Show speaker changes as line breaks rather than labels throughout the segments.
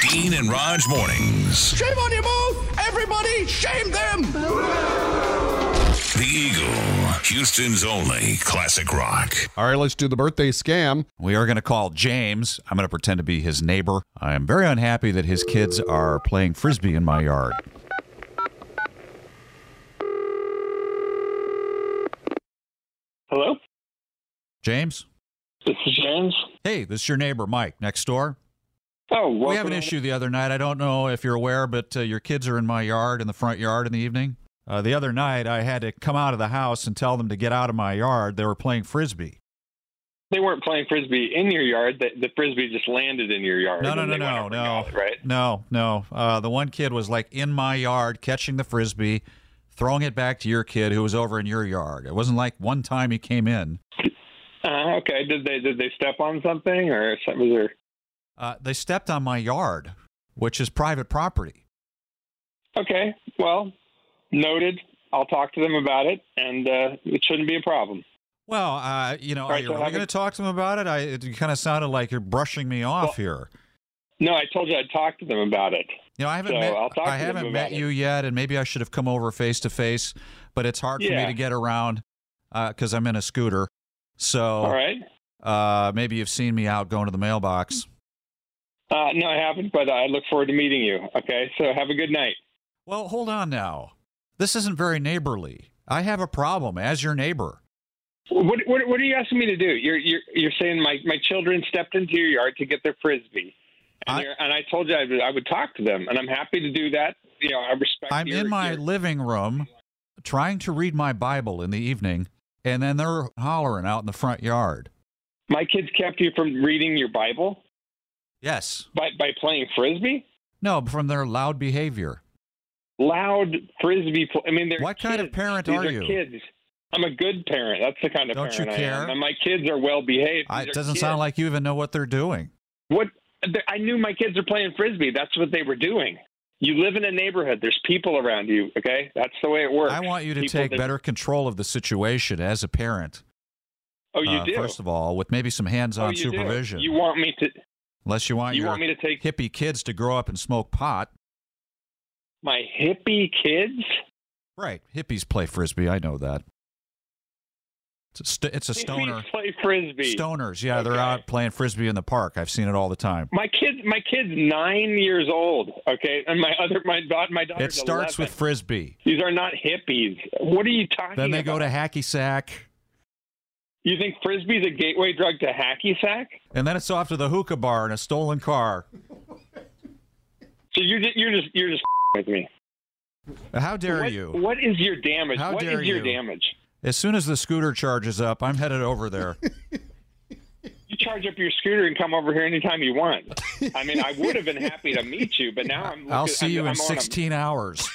Dean and Raj mornings.
Shame on you both! Everybody, shame them!
The Eagle, Houston's only classic rock.
All right, let's do the birthday scam.
We are going to call James. I'm going to pretend to be his neighbor. I am very unhappy that his kids are playing frisbee in my yard.
Hello,
James?
this is James.
Hey, this is your neighbor, Mike, next door.
Oh,
we have
welcome.
an issue the other night. I don't know if you're aware, but uh, your kids are in my yard, in the front yard in the evening. Uh, the other night, I had to come out of the house and tell them to get out of my yard. They were playing frisbee.
They weren't playing frisbee in your yard. The, the frisbee just landed in your yard.
No, no,
and
no,
they went
no,
over and got
no.
it, right?
No, no. Uh, the one kid was like in my yard catching the frisbee, throwing it back to your kid who was over in your yard. It wasn't like one time he came in.
Uh, okay. Did they did they step on something or something? Was
Uh, they stepped on my yard, which is private property.
there... Okay. Well, noted. I'll talk to them about it, and uh, it shouldn't be a problem.
Well, uh, you know,
All right,
are you
so
really
have
going to
it-
talk to him about it? I, it kind of sounded like you're brushing me off here.
No, I told you I'd talk to them about it.
You know, I haven't
So
met,
I'll talk
I
to them
haven't
about
met you yet, and maybe I should have come over face to face, but it's hard for me
Yeah.
to get around because I'm in a scooter. So
All right. Hmm.
uh, maybe you've seen me out going to the mailbox.
Uh, no, I haven't, but I look forward to meeting you. Okay. So have a good night.
Well, hold on now. This isn't very neighborly. I have a problem as your neighbor.
What, what, what are you asking me to do? You're, you're, you're saying my, my children stepped into your yard to get their frisbee. And,
I-
you're, and I told you I would, I would talk to them, and I'm happy to do that. You know, I respect.
I'm
your-
in my
your-
living room trying to read my Bible in the evening, and then they're hollering out in the front yard.
my kids kept you from reading your Bible
Yes.
by, by playing frisbee,
No, from their loud behavior.
loud frisbee. Pl- I mean, they're
What kind of
kids.
parent
These
are you?
Kids. I'm a good parent. That's the kind of
Don't you
parent I am.
care?
And my kids are well behaved.
I,
These
it
are
doesn't
kids.
sound like you even know what they're doing.
What th- I knew my kids are playing frisbee. That's what they were doing. You live in a neighborhood. There's people around you. Okay, that's the way it works.
I want you to
People
take
that-
better control of the situation as a parent.
Oh, you
uh,
do.
First of all, with maybe some
oh,
hands-on
you do.
supervision,
You want me to?
unless you want
you
your
want me to take
hippie kids to grow up and smoke pot.
my hippie kids?
Right, hippies play frisbee. I know that. It's a, st- it's a stoner.
Hippies play frisbee.
Stoners, yeah, they're
Okay.
out playing frisbee in the park. I've seen it all the time.
My kids, my kids, nine years old. Okay, and my other, my daughter, my daughter's
It starts
11.
with frisbee.
These are not hippies. What are you talking?
Then they go
about?
to hacky sack,
You think frisbee's a gateway drug to hacky sack?
and then it's off to the hookah bar in a stolen car.
So you're just, you're just, you're just with me.
How dare
what,
you?
What is your damage?
How
What
dare
is your
you?
damage?
As soon as the scooter charges up, I'm headed over there.
You charge up your scooter and come over here anytime you want. I mean, I would have been happy to meet you, but now I'm.
I'll
looking-
see
I'm-
you
I'm
in
on a-
16 hours.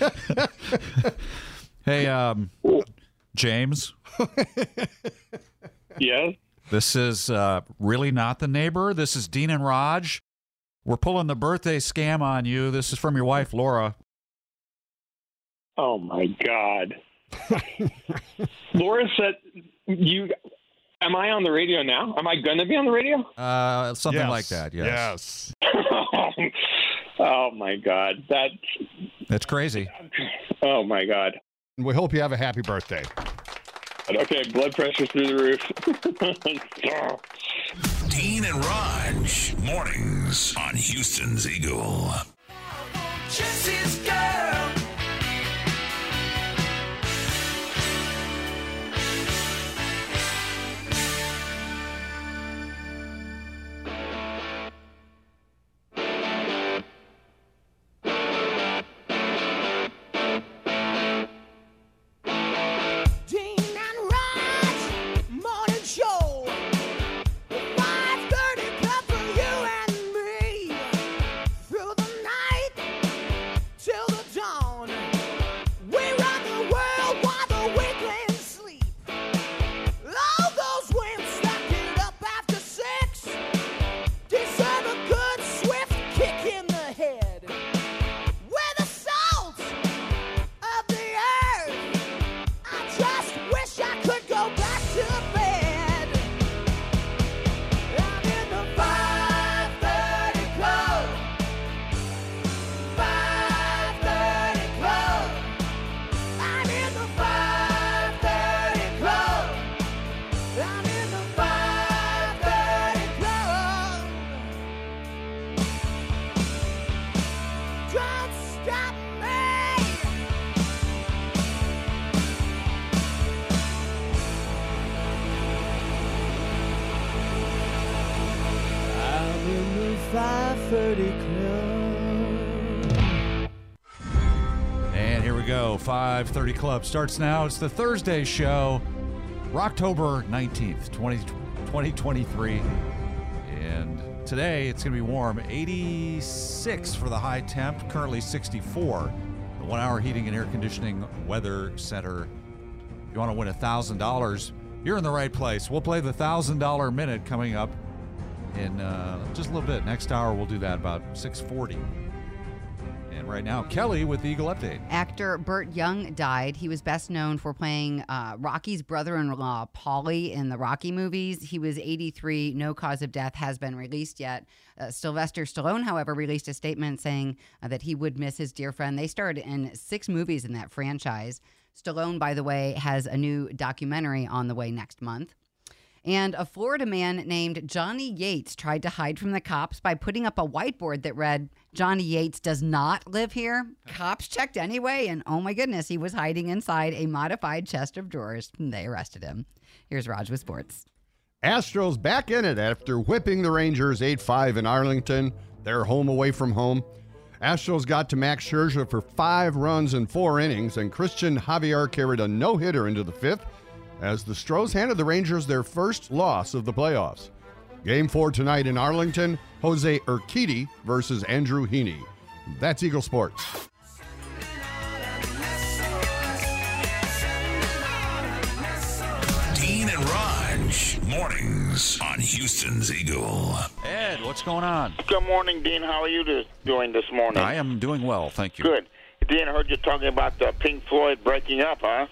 hey, um, James,
Yes.
this is uh, really not the neighbor. This is Dean and Raj. We're pulling the birthday scam on you. This is from your wife, Laura.
Oh my God. Laura said, "You, am I on the radio now? Am I going to be on the radio?"
Uh, something
Yes.
like that. Yes.
Yes.
oh my God. That's.
That's crazy.
Oh my God.
And we hope you have a happy birthday.
Okay, blood pressure through the roof.
Dean and Raj mornings on Houston's Eagle.
Jesse's girl. Dean and Raj, morning show. 5:30 club for you and me. Through the night till
Liberty Club.
And here we go. 530 Club starts now. It's the Thursday show, October 19th, 20, 2023. And today it's going to be warm 86 for the high temp, currently 64. The one hour heating and air conditioning weather center. If you want to win $1,000, you're in the right place. We'll play the $1,000 minute coming up in uh, just a little bit. Next hour, we'll do that about 640. And right now, Kelly with the Eagle Update.
Actor Burt Young died. He was best known for playing uh, Rocky's brother in law, Polly, in the Rocky movies. He was 83. No cause of death has been released yet. Uh, Sylvester Stallone, however, released a statement saying uh, that he would miss his dear friend. They starred in six movies in that franchise. Stallone, by the way, has a new documentary on the way next month. And a Florida man named Johnny Yates tried to hide from the cops by putting up a whiteboard that read, Johnny Yates does not live here. Cops checked anyway, and oh my goodness, he was hiding inside a modified chest of drawers. And They arrested him. Here's Raj with sports.
Astros back in it after whipping the Rangers 8 5 in Arlington, their home away from home. Astros got to Max Scherzer for five runs in four innings, and Christian Javier carried a no hitter into the fifth as the Stros handed the Rangers their first loss of the playoffs. Game four tonight in Arlington Jose Urquidy versus Andrew Heaney. That's Eagle Sports.
Dean and Raj, mornings on Houston's Eagle.
Ed, what's going on?
Good morning, Dean. How are you do- doing this morning?
I am doing well, thank you.
Good. Dean, I heard you talking about uh, Pink Floyd breaking up, huh?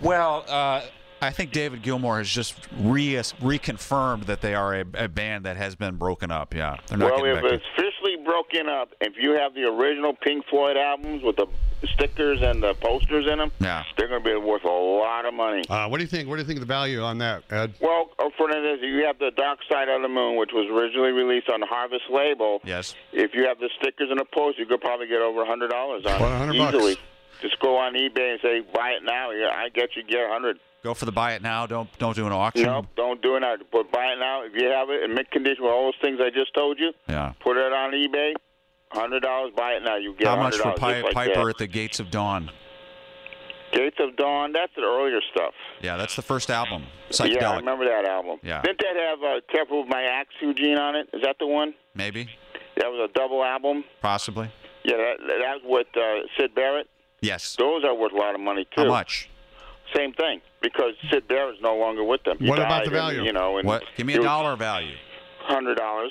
Well, uh, I think David Gilmour has just re- reconfirmed that they are a, a band that has been broken up. Yeah, they're not
well,
getting
if
back.
it's officially broken up, if you have the original Pink Floyd albums with the stickers and the posters in them,
Yeah.
they're going to be worth a lot of money.
Uh, what do you think? What do you think of the value on that, Ed?
Well, uh, Fernandez, you have the Dark Side of the Moon, which was originally released on Harvest label.
Yes.
If you have the stickers and the post, you could probably get over a hundred dollars on
About $100
it
bucks.
easily. Just go on eBay and say buy it now. Yeah, I get you get a hundred.
Go for the buy it now. Don't don't do an auction.
Nope, don't do it now. But buy it now if you have it in mint condition with all those things I just told you.
Yeah.
Put it on eBay. Hundred dollars, buy it now. You get
How much for
$100,
Pi-
just like
Piper
that.
at the Gates of Dawn?
Gates of Dawn. That's the earlier stuff.
Yeah, that's the first album.
Yeah, I
Psychedelic,
remember that album.
Yeah.
Didn't that have uh, "Careful with My Axe" Eugene on it? Is that the one?
maybe,
That was a double album.
possibly.
Yeah, that, that's with uh, Sid Barrett.
Yes.
Those are worth a lot of money too.
How much?
Same thing, because Sid Barrett's no longer with them. He
What about
died
the
and,
value?
you know, and
What? Give me a dollar value.
Hundred dollars.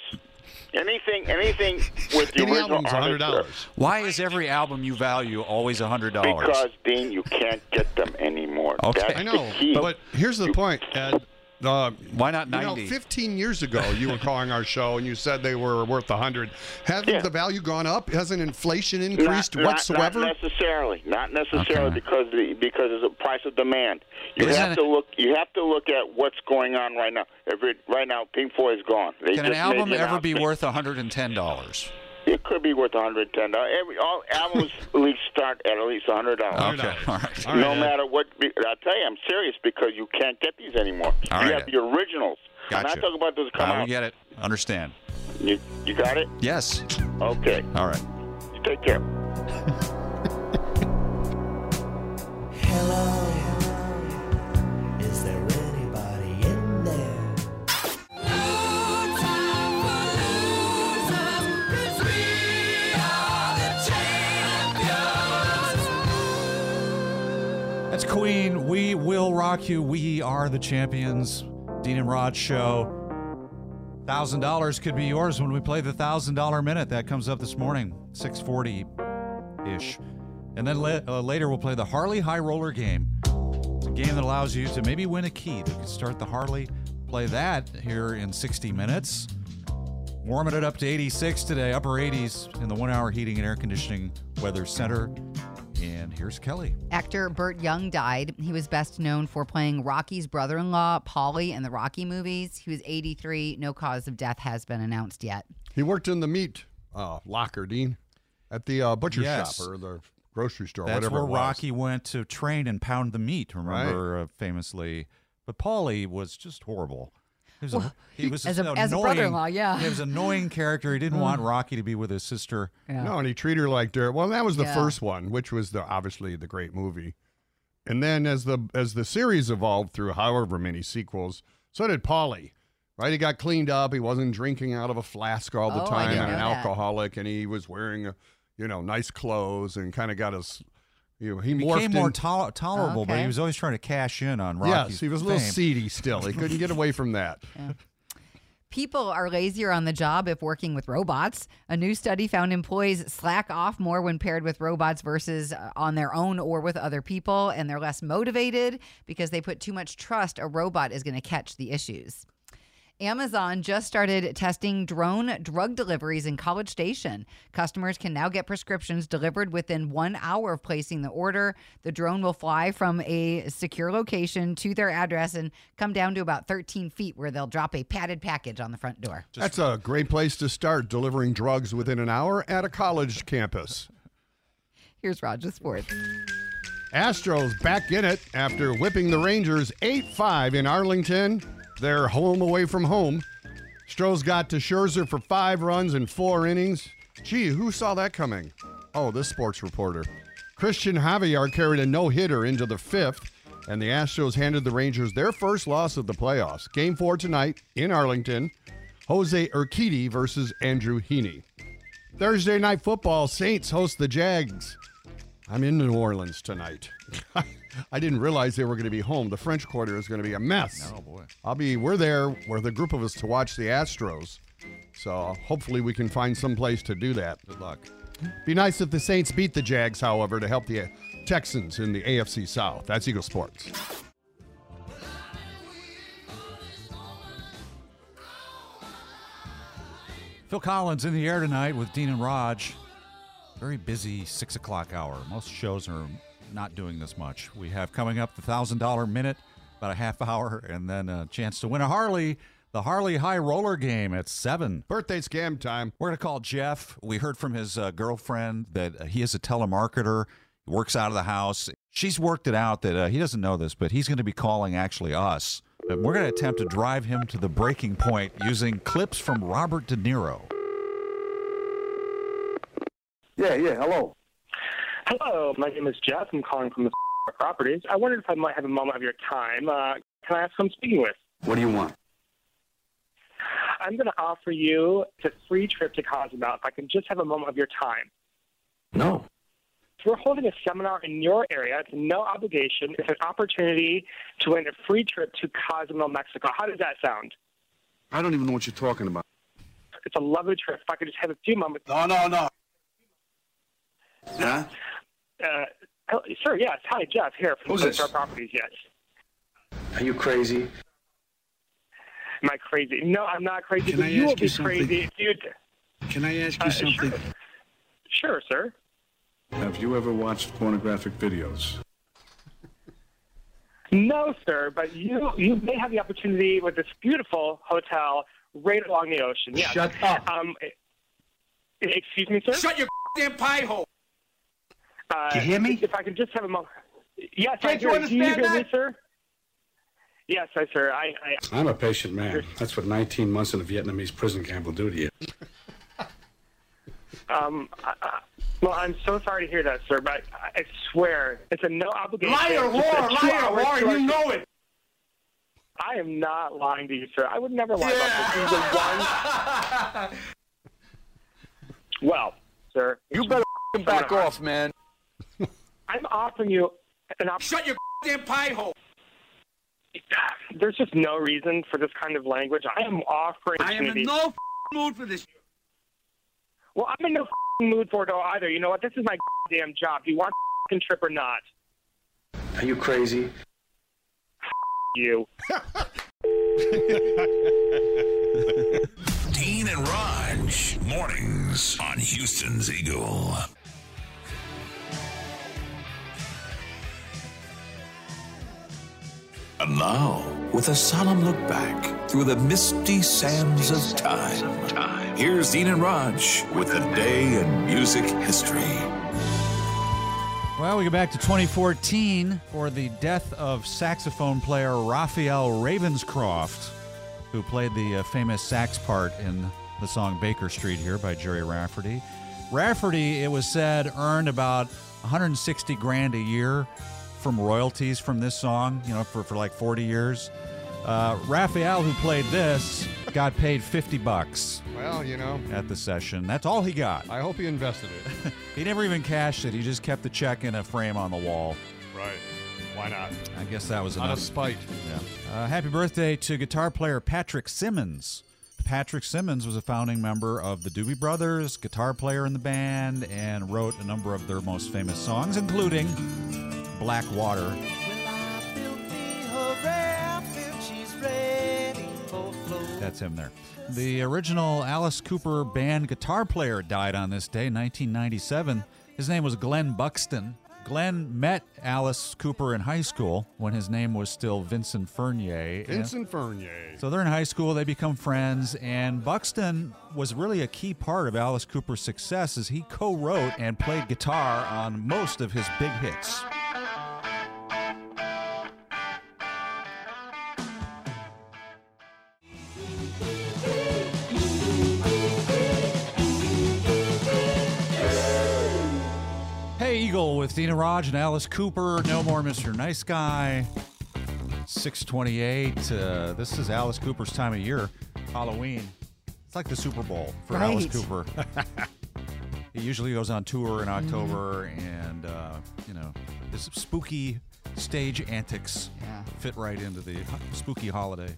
Anything, anything with the
Any
original
album's
artist, uh,
$100.
Why is every album you value always a hundred dollars?
Because Dean, you can't get them anymore.
Okay.
That's
I
The
know,
key.
but here's the point, Ed. Uh,
Why not
You know,
ninety?
15 years ago, you were calling our show and you said they were worth 100. Hasn't
Yeah.
the value gone up? Hasn't inflation
Not-
increased
not,
whatsoever?
Not necessarily. Not necessarily
Okay.
because the, because there's a price of demand. You
Isn't
have
it-
to look. You have to look at what's going on right now. If it, right now, Pink Floyd's gone. They
Can
just
an
made
album
the
ever be
announcement.
worth hundred and ten dollars?
It could be worth 110. dollars. Every all albums at least start at at least 100 dollars.
Okay, all right.
All right,
no
Ed.
matter what, be- I tell you, I'm serious because you can't get these anymore.
All
you
right,
have
Ed.
the originals. I'm
Gotcha.
not talking about those that come
Uh, we
out.
get it. Understand.
You, you got it?
Yes.
Okay.
All right.
You Take care.
Hello. Is there anybody in there?
That's Queen. We will rock you. We are the champions. Dean and Rod show. Thousand dollars could be yours when we play the thousand dollar minute. That comes up this morning, six forty ish, and then la- uh, later we'll play the Harley High Roller game, a game that allows you to maybe win a key. You can start the Harley, play that here in sixty minutes. Warming it up to 86 today, upper 80s in the one hour heating and air conditioning weather center. And here's Kelly.
Actor Burt Young died. He was best known for playing Rocky's brother in law, Polly, in the Rocky movies. He was 83. No cause of death has been announced yet.
He worked in the meat uh, locker, Dean, at the uh, butcher
Yes.
shop or the grocery store,
That's
whatever
where
it was.
Rocky went to train and pound the meat, remember, uh, famously. But Paulie was just horrible. He was, a, he was
as
an
a- as a
annoying-
brother-in-law, yeah.
He was an annoying character. He didn't want Rocky to be with his sister.
Yeah.
No, and he treated her like dirt. Well, that was the
Yeah.
first one, which was the obviously the great movie. And then as the as the series evolved through however many sequels, so did Polly. Right? He got cleaned up. He wasn't drinking out of a flask all the
Oh, I
time
didn't
and an
know that.
alcoholic and he was wearing uh, you know, nice clothes and kind of got his you know, he,
He
morphed
became more
in-
tol- tolerable, but
Okay.
he was always trying to cash in on Rocky's
Yes, he was a little
fame.
seedy still. He couldn't get away from that.
People are lazier on the job if working with robots. A new study found employees slack off more when paired with robots versus uh, on their own or with other people, and they're less motivated because they put too much trust a robot is going to catch the issues. Amazon just started testing drone drug deliveries in College Station. Customers can now get prescriptions delivered within one hour of placing the order. The drone will fly from a secure location to their address and come down to about 13 feet, where they'll drop a padded package on the front door.
That's a great place to start delivering drugs within an hour at a college campus.
Here's Roger Sports.
Astros back in it after whipping the Rangers 8 5 in Arlington, their home away from home. Strohs got to Scherzer for five runs in four innings. Gee, who saw that coming? Oh, this sports reporter. Christian Javier carried a no hitter into the fifth, and the Astros handed the Rangers their first loss of the playoffs. Game four tonight in Arlington Jose Urquidy versus Andrew Heaney. Thursday night football, Saints host the Jags. I'm in New Orleans tonight. I didn't realize they were going to be home. The French Quarter is going to be a mess. Oh boy! I'll be. We're there with a group of us to watch the Astros, so hopefully we can find some place to do that. Good luck. Be nice if the Saints beat the Jags, however, to help the uh, Texans in the AFC South. That's Eagle Sports.
Phil Collins in the air tonight with Dean and Raj. Very busy six o'clock hour. Most shows are not doing this much. We have coming up the thousand dollar minute, about a half hour, and then a chance to win a Harley, the Harley High Roller game at seven.
Birthday scam time.
We're going to call Jeff. We heard from his uh, girlfriend that uh, he is a telemarketer. He works out of the house. She's worked it out that uh, he doesn't know this, but he's going to be calling actually us. But we're going to attempt to drive him to the breaking point using clips from Robert De Niro.
Yeah, yeah. Hello.
Hello, my name is Jeff. I'm calling from the properties. I wondered if I might have a moment of your time. Uh, can I ask who I'm speaking with?
What do you want?
I'm going to offer you a free trip to Cozumel if I can just have a moment of your time.
No.
So we're holding a seminar in your area. It's no obligation. It's an opportunity to win a free trip to Cozumel, Mexico. How does that sound?
I don't even know what you're talking about.
It's a lovely trip. If I could just have a few moments.
No, no, no. Huh?
Uh, hel- sir, yes. Hi, Jeff. Here from
Who's
Star
this?
Properties. Yes.
Are you crazy?
Am I crazy? No, I'm not crazy.
Can
but
I
you will
ask you
be
something?
crazy if you.
Can I ask you
Uh,
something?
Sure, sir.
Have you ever watched pornographic videos?
No, sir, but you you may have the opportunity with this beautiful hotel right along the ocean. Yes.
Shut up.
Um, e- excuse me, sir.
Shut your damn pie hole.
Uh,
You hear me?
If I could just have a moment. Yes, I
Can't you
hear Do you
understand
hear me,
that?
sir? Yes, I, sir. I, I
I'm a patient man. That's what 19 months in a Vietnamese prison camp will do to you.
Um, I, I, well, I'm so sorry to hear that, sir, but I I swear it's a no obligation. Liar,
whore, liar, whore, you know
it. I am not lying to you, sir. I would never lie about this. This is the one. well, sir,
You better back off, man.
I'm offering you an option.
Shut your damn pie hole.
There's just no reason for this kind of language. I am offering.
I am in
opportunities.
no mood for this.
Well, I'm in no mood for it either. You know what? This is my damn job. Do you want a trip or not?
Are you crazy?
You.
Dean and Raj, mornings on Houston's Eagle. And now, with a solemn look back through the misty sands of time, here's Dean and Raj with a day in music history.
Well, we go back to 2014 for the death of saxophone player Raphael Ravenscroft. who played the uh, famous sax part in the song Baker Street here by Jerry Rafferty. Rafferty, it was said, earned about 160 grand a year from royalties from this song, you know, for, for like 40 years. Uh, Raphael, who played this, got paid 50 bucks
Well, you know,
at the session. That's all he got.
I hope you invested it.
He never even cashed it. He just kept the check in a frame on the wall.
right. Why not?
I guess that was
Out
enough.
of spite.
Yeah. Uh, happy birthday to guitar player Patrick Simmons. Patrick Simmons was a founding member of the Doobie Brothers, guitar player in the band, and wrote a number of their most famous songs, including Black Water. That's him there. The original Alice Cooper band guitar player died on this day, 1997. His name was Glenn Buxton. Glenn met Alice Cooper in high school when his name was still Vincent Fernier.
Vincent Fernier.
So they're in high school, they become friends, and Buxton was really a key part of Alice Cooper's success as he co wrote and played guitar on most of his big hits. Hey Eagle with Dina Raj and Alice Cooper. No more Mr. Nice Guy. 628. Uh, this is Alice Cooper's time of year, Halloween. It's like the Super Bowl for Alice
Right.
Cooper. he usually goes on tour in
Mm-hmm.
October and, uh, you know, his spooky stage antics
Yeah.
fit right into the h- spooky holiday.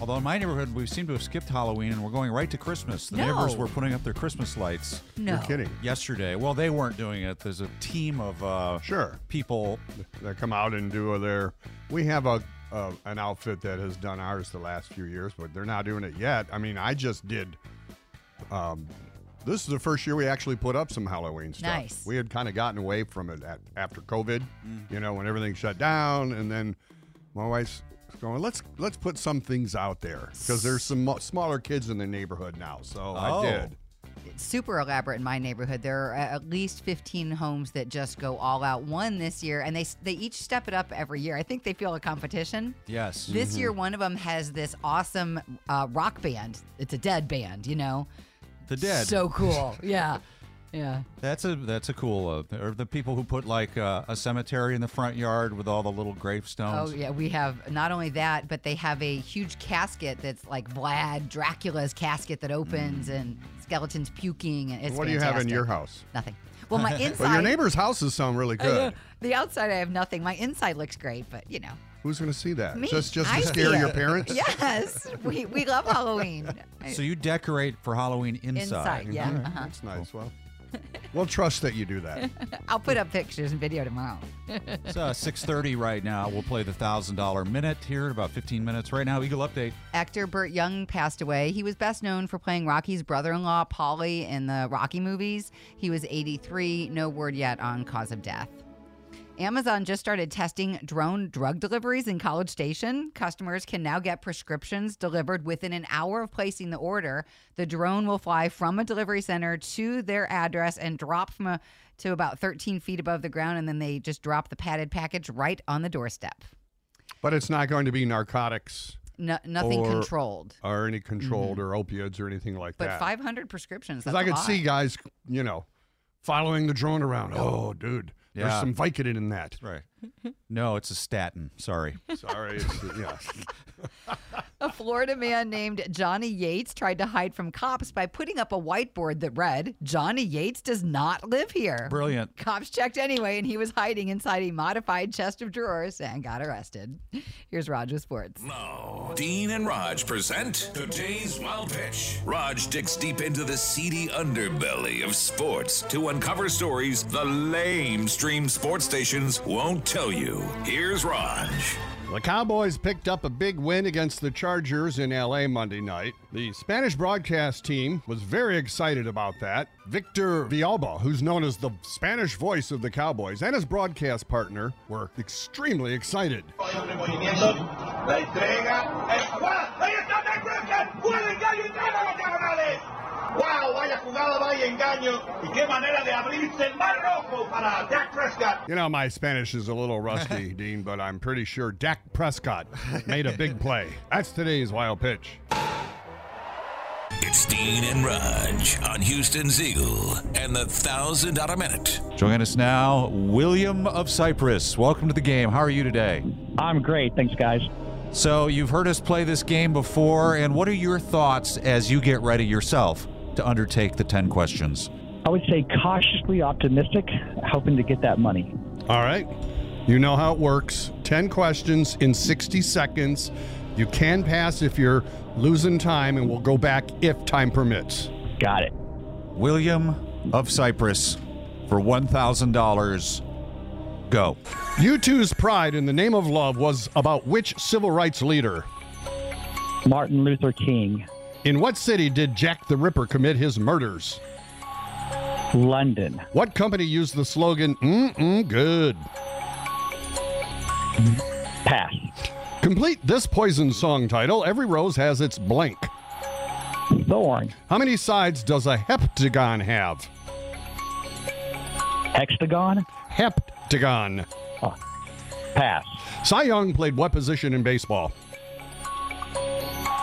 Although in my neighborhood, we seem to have skipped Halloween and we're going right to Christmas. The neighbors
No.
were putting up their Christmas lights
No.
You're kidding.
yesterday. Well, they weren't doing it. There's a team of uh,
Sure.
people.
They come out and do their. We have a uh, an outfit that has done ours the last few years, but they're not doing it yet. I mean, I just did. Um, this is the first year we actually put up some Halloween stuff.
Nice.
We had kind of gotten away from it at, after COVID, you know, when everything shut down, and then my wife's going, "Let's let's put some things out there because there's some mo- smaller kids in the neighborhood now." So
Oh.
I did.
super elaborate in my neighborhood. There are at least 15 homes that just go all out. One this year, and they they each step it up every year. I think they feel a competition.
Yes.
This year,
Mm-hmm.
one of them has this awesome uh, rock band. It's a dead band, you know.
the dead.
So cool. yeah. Yeah.
That's a that's a cool. Uh, or the people who put like uh, a cemetery in the front yard with all the little
Oh
gravestones.
yeah, we have not only that, but they have a huge casket that's like Vlad Dracula's casket that opens and skeletons puking and it's
Mm. what do you have in
fantastic.
your house?
Nothing. Well, my inside.
Well, your neighbors' houses sound really good.
The outside, I have nothing. My inside looks great, but you know.
Who's going to see that?
Me.
Just just
I
to
see
scare your
it.
parents?
Yes, we, we love Halloween.
So you decorate for Halloween inside.
Inside, yeah. Uh-huh.
That's nice. Well, we'll trust that you do that.
I'll put up pictures and video tomorrow.
It's uh, six thirty right now. We'll play the thousand dollar minute here in about fifteen minutes. Right now, Eagle update.
Actor Burt Young passed away. He was best known for playing Rocky's brother in law, Polly, in the Rocky movies. He was 83. No word yet on cause of death. Amazon just started testing drone drug deliveries in College Station. Customers can now get prescriptions delivered within an hour of placing the order. The drone will fly from a delivery center to their address and drop from a, to about 13 feet above the ground, and then they just drop the padded package right on the doorstep.
But it's not going to be narcotics
No, nothing
Or-
controlled. Mm-hmm.
or any controlled or opiates or anything like
But
that.
500 prescriptions.
Because
That's
I
a
could
lot.
see guys, you know, following the drone around. Oh, dude,
Yeah.
there's some Vicodin in that.
Right. No, it's a statin. Sorry.
Sorry. It's, yeah.
A Florida man named Johnny Yates tried to hide from cops by putting up a whiteboard that read, Johnny Yates does not live here.
Brilliant.
Cops checked anyway, and he was hiding inside a modified chest of drawers and got arrested. Here's Roger Sports.
Now, Dean and Raj present today's wild pitch. Raj digs deep into the seedy underbelly of sports to uncover stories the lame stream sports stations won't tell you. Here's Raj.
The Cowboys picked up a big win against the Chargers in LA Monday night. The Spanish broadcast team was very excited about that. Victor Vialba, who's known as the Spanish voice of the Cowboys, and his broadcast partner were extremely excited.
La entrega. ¡El jugada! ¡Ahí está Ted Wilson! ¡Vuelve y cae y entrega a los diagonales! ¡Wow! ¡Vaya jugada! ¡Vaya qué engaño y qué manera de abrirse el mar rojo para Jack Prescott.
You know, my Spanish is a little rusty, Dean, but I'm pretty sure Dak Prescott made a big play. That's today's wild pitch.
It's Dean and Raj on Houston's Eagle and the thousand dollar minute.
Join us now, William of Cyprus. Welcome to the game. How are you today?
I'm great. Thanks, guys.
So, you've heard us play this game before, and what are your thoughts as you get ready yourself to undertake the 10 questions?
I would say cautiously optimistic, hoping to get that money.
All right. You know how it works 10 questions in 60 seconds. You can pass if you're losing time, and we'll go back if time permits.
Got it.
William of Cyprus for $1,000. Go.
U2's Pride in the Name of Love was about which civil rights leader?
Martin Luther King.
In what city did Jack the Ripper commit his murders?
London.
What company used the slogan, mm-mm, good?
Pass.
Complete this Poison song title. Every rose has its blank.
Thorn.
How many sides does a heptagon have?
Hexagon. Oh.
Heptagon.
Pass.
Cy Young played what position in baseball?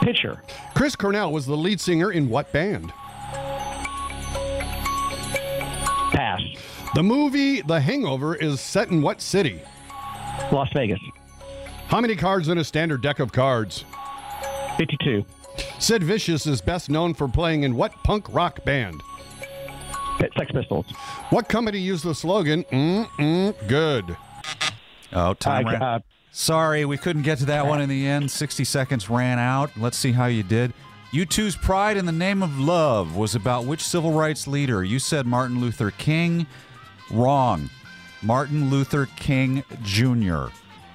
Pitcher.
Chris Cornell was the lead singer in what band?
Pass.
The movie The Hangover is set in what city?
Las Vegas.
How many cards in a standard deck of cards?
52.
Sid Vicious is best known for playing in what punk rock band?
Sex Pistols.
What company used the slogan, mm-mm, good?
Oh, time
I-
ran.
uh,
Sorry, we couldn't get to that one in the end. 60 seconds ran out. Let's see how you did. You two's Pride in the Name of Love was about which civil rights leader? You said Martin Luther King. Wrong. Martin Luther King Jr.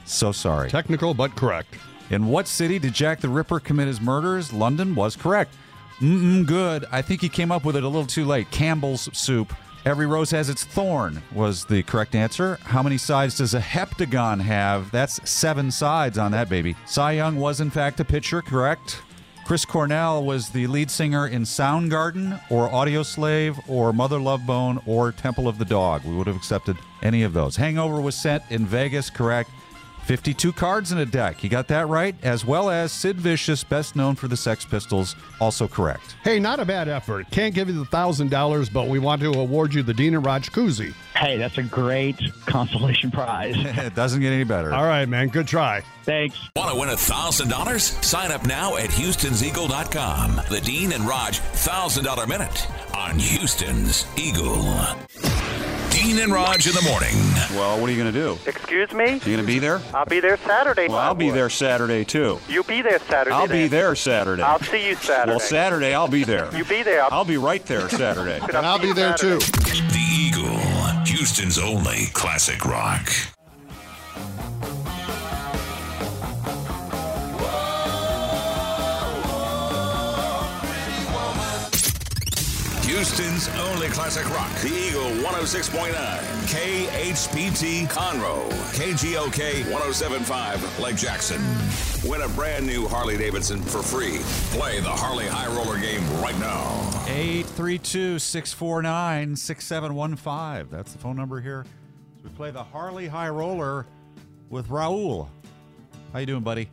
So sorry.
Technical, but correct.
In what city did Jack the Ripper commit his murders? London was correct. Mm-mm, good. I think he came up with it a little too late. Campbell's soup. Every rose has its thorn was the correct answer. How many sides does a heptagon have? That's seven sides on that baby. Cy Young was in fact a pitcher, correct? Chris Cornell was the lead singer in Soundgarden or Audio Slave or Mother Love Bone or Temple of the Dog. We would have accepted any of those. Hangover was set in Vegas, correct? 52 cards in a deck. You got that right, as well as Sid Vicious, best known for the Sex Pistols, also correct.
Hey, not a bad effort. Can't give you the $1,000, but we want to award you the Dean and Raj koozie.
Hey, that's a great consolation prize.
it doesn't get any better.
All right, man. Good try.
Thanks.
Want to win $1,000? Sign up now at Houston'sEagle.com. The Dean and Raj $1,000 Minute on Houston's Eagle. Dean and Raj in the morning.
Well, what are you going to do?
Excuse me?
You going to be there?
I'll be there Saturday.
Well, I'll be there Saturday too.
You'll be there Saturday.
I'll be
then.
there Saturday.
I'll see you Saturday.
Well, Saturday I'll be there.
You be there.
I'll be right there Saturday.
And I'll be there too.
The Eagle, Houston's only classic rock. Houston's only classic rock. The Eagle 106.9. KHPT Conroe. KGOK 1075 Lake Jackson. Win a brand new Harley Davidson for free. Play the Harley High Roller game right now.
832 649 6715. That's the phone number here. So we play the Harley High Roller with Raul. How you doing, buddy?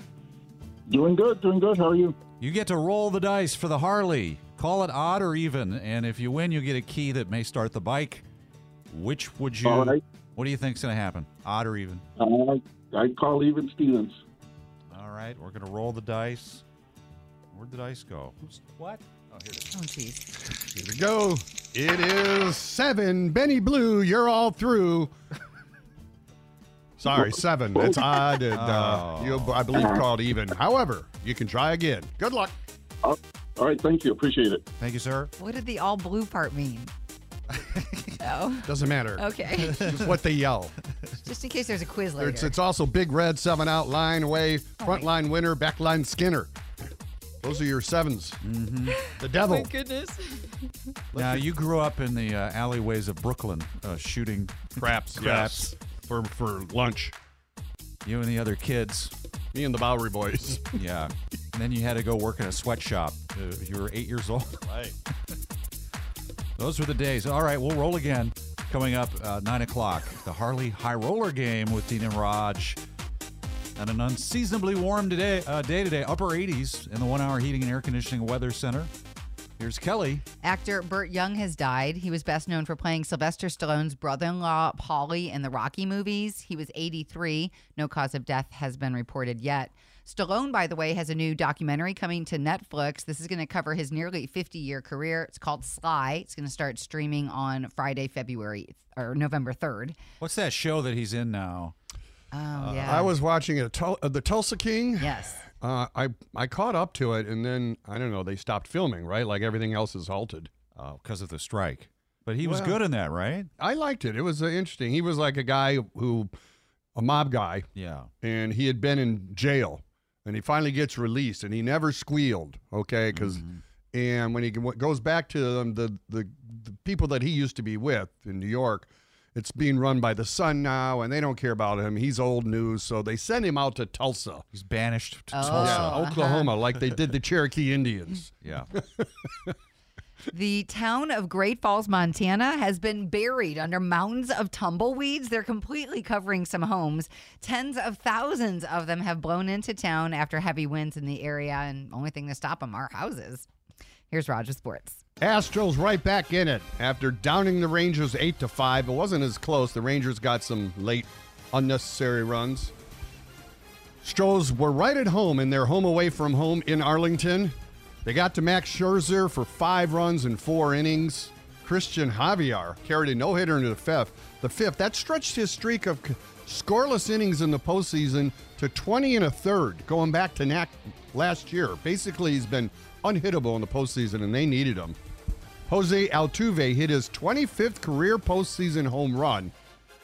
Doing good, doing good. How are you?
You get to roll the dice for the Harley. Call it odd or even, and if you win, you get a key that may start the bike. Which would you?
All right.
What do you think's going to happen? Odd or even?
Uh, I call even Stevens.
All right, we're going to roll the dice. Where'd the dice go? Oops, What? Oh, here it is.
Oh, jeez.
Here we go. It is seven. Benny Blue, you're all through. Sorry, seven.
Oh.
It's odd. And, uh,
Oh.
you, I believe, called even. However, you can try again. Good luck.
Uh, all right, thank you. Appreciate it.
Thank you, sir.
What did the all blue part mean? oh,
Doesn't matter.
Okay.
It's what they yell.
just in case there's a quiz later.
It's, it's also big red seven out line away, front line winner, back line Skinner. Those are your 7s
Mm-hmm.
The devil.
goodness.
Now you grew up in the uh, alleyways of Brooklyn, uh, shooting
Craps,
craps
for for lunch.
You and the other kids.
Me and the Bowery Boys.
Yeah. And then you had to go work in a sweatshop. Uh, you were eight years old.
Right.
Those were the days. All right, we'll roll again. Coming up uh, nine o'clock, the Harley High Roller Game with Dean and Raj. And an unseasonably warm today, uh, day today, upper 80s in the One Hour Heating and Air Conditioning Weather Center. Here's Kelly.
Actor Burt Young has died. He was best known for playing Sylvester Stallone's brother in law, Polly, in the Rocky movies. He was 83. No cause of death has been reported yet. Stallone, by the way, has a new documentary coming to Netflix. This is going to cover his nearly 50 year career. It's called Sly. It's going to start streaming on Friday, February or November 3rd.
What's that show that he's in now?
Oh,
Uh,
yeah.
I was watching a Tul- uh, the Tulsa King.
Yes.
Uh, I I caught up to it, and then I don't know. They stopped filming, right? Like everything else is halted.
Oh, because of the strike. But he was good in that, right?
I liked it. It was uh, interesting. He was like a guy who, a mob guy.
Yeah.
And he had been in jail, and he finally gets released, and he never squealed. Okay, because.
Mm-hmm.
And when he go- goes back to um, the, the the people that he used to be with in New York, it's being run by the Sun now, and they don't care about him. He's old news, so they send him out to Tulsa.
He's banished
to Oh, Tulsa. uh-huh.
Oklahoma, like they did the Cherokee Indians.
Yeah.
The town of Great Falls, Montana has been buried under mountains of tumbleweeds. They're completely covering some homes. Tens of thousands of them have blown into town after heavy winds in the area, and only thing to stop them are houses. Here's Roger Sports.
Astros right back in it after downing the Rangers 8 to 5. It wasn't as close. The Rangers got some late unnecessary runs. Stros were right at home in their home away from home in Arlington. They got to Max Scherzer for five runs in four innings. Christian Javier carried a no hitter into the fifth. The fifth that stretched his streak of c- scoreless innings in the postseason to 20 and a third, going back to NAC last year. Basically, he's been unhittable in the postseason, and they needed him. Jose Altuve hit his 25th career postseason home run.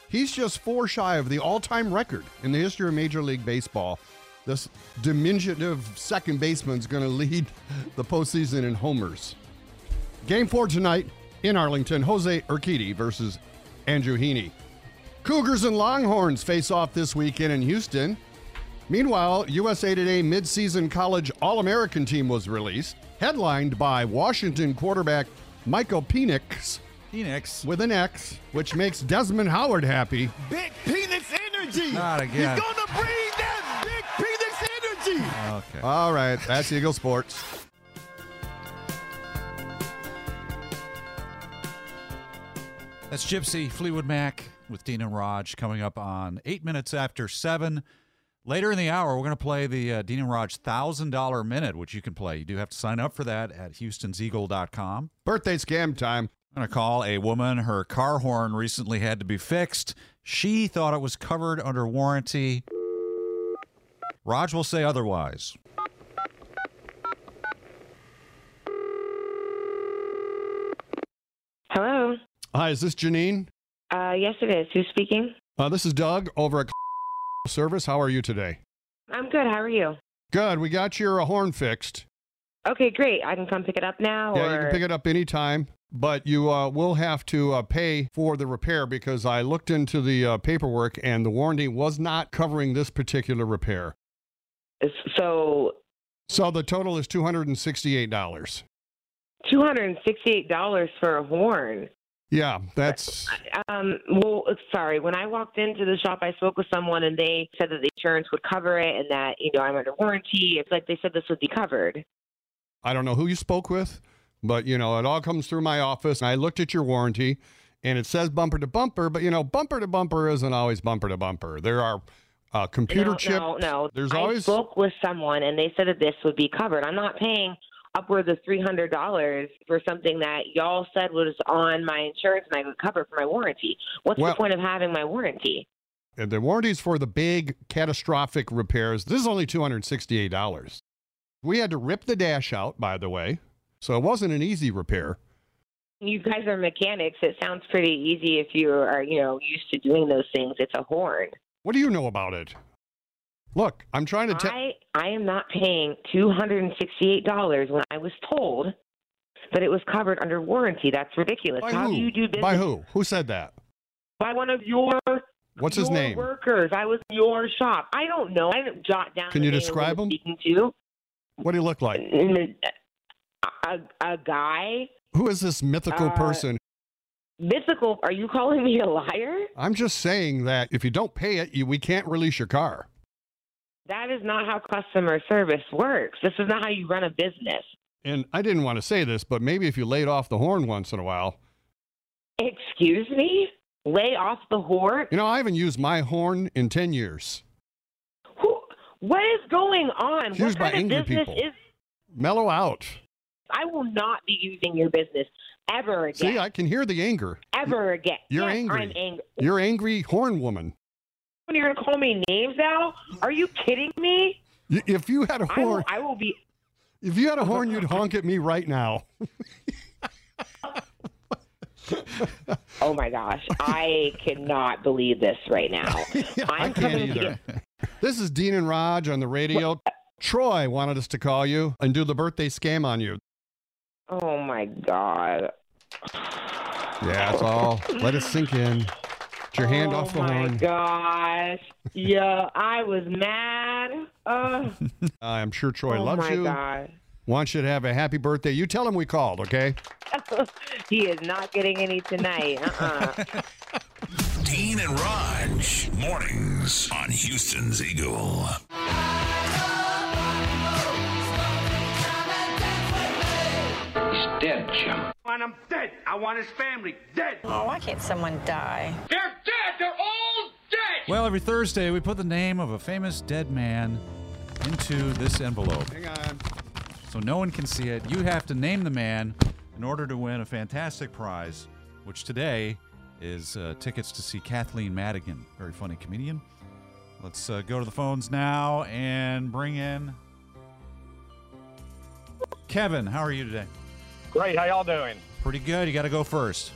He's just four shy of the all time record in the history of Major League Baseball. This diminutive second baseman's going to lead the postseason in homers. Game four tonight in Arlington Jose Urquidy versus Andrew Heaney. Cougars and Longhorns face off this weekend in Houston. Meanwhile, USA Today midseason college All American team was released, headlined by Washington quarterback Michael Penix.
Penix.
With an X, which makes Desmond Howard happy.
Big penis energy.
Not again.
He's gonna breathe that big penis energy.
Okay.
All right, that's Eagle Sports.
That's Gypsy Fleetwood Mac with Dean and Raj coming up on eight minutes after seven. Later in the hour, we're going to play the uh, Dean and Raj thousand dollar minute, which you can play. You do have to sign up for that at Houston'sEagle.com.
Birthday scam time.
I'm going to call a woman. Her car horn recently had to be fixed. She thought it was covered under warranty. Raj will say otherwise.
Hello.
Hi, is this Janine?
Uh, yes, it is. Who's speaking?
Uh, this is Doug over at Service. How are you today?
I'm good. How are you?
Good. We got your uh, horn fixed.
Okay, great. I can come pick it up now.
Yeah,
or...
you can pick it up anytime, but you uh, will have to uh, pay for the repair because I looked into the uh, paperwork and the warranty was not covering this particular repair.
So.
So the total is two hundred and sixty-eight dollars.
Two hundred and sixty-eight dollars for a horn.
Yeah, that's
Um, well, sorry. When I walked into the shop, I spoke with someone, and they said that the insurance would cover it, and that you know I'm under warranty. It's like they said this would be covered.
I don't know who you spoke with, but you know, it all comes through my office. And I looked at your warranty and it says bumper to bumper, but you know, bumper to bumper isn't always bumper to bumper. There are uh, computer
no,
chips.
No, no.
There's
I
always
spoke with someone, and they said that this would be covered. I'm not paying upwards of three hundred dollars for something that y'all said was on my insurance and I would cover for my warranty. What's
Well-
the point of having my warranty?
and the warranties for the big catastrophic repairs. This is only $268. We had to rip the dash out, by the way. So it wasn't an easy repair.
You guys are mechanics. It sounds pretty easy if you are, you know, used to doing those things. It's a horn.
What do you know about it? Look, I'm trying to tell.
I, I am not paying two hundred and sixty eight dollars when I was told that it was covered under warranty. That's ridiculous.
By
How
who?
do you do business
By who? Who said that?
by one of your
What's his
your
name?
workers. I was in your shop. I don't know. I didn't jot down.
Can
the
you
name of
describe
who
him?
Speaking to
What do you look like?
a, a guy
Who is this mythical
Uh,
person?
Mythical, are you calling me a liar?
I'm just saying that if you don't pay it, you, we can't release your car.
That is not how customer service works. This is not how you run a business.
And I didn't want to say this, but maybe if you laid off the horn once in a while.
Excuse me? Lay off the horn?
You know, I haven't used my horn in 10 years.
What is going on?
Used
what
by
kind of
angry
business
people.
is
Mellow out.
I will not be using your business ever again.
See, I can hear the anger.
ever again.
You're
Yes,
angry.
I'm angry.
You're angry horn woman.
When you're gonna call me names now? Are you kidding me?
Y- If you had a
I will,
horn,
I will be.
if you had a horn, you'd honk at me right now.
Oh my gosh, I cannot believe this right now. I'm
Can't
coming to
either. this is Dean and Raj on the radio. Troy wanted us to call you and do the birthday scam on you.
Oh my god.
Yeah, that's all. Let it sink in. Get your hand off the
oh my
horn.
gosh. Yeah, I was mad. Uh,
I'm sure Troy
oh
loves
my
you.
god.
Wants you to have a happy birthday. You tell him we called, okay?
he is not getting any tonight. Uh-uh.
Dean and Raj, mornings on Houston's Eagle.
Dead, chump. I want him dead. I want his family dead. Oh, why can't someone die? They're dead. They're all dead.
Well, every Thursday we put the name of a famous dead man into this envelope.
Hang on.
So no one can see it. You have to name the man in order to win a fantastic prize, which today is uh, tickets to see Kathleen Madigan, very funny comedian. Let's uh, go to the phones now and bring in Kevin. How are you today?
Great. How y'all doing?
Pretty good. You got to go first.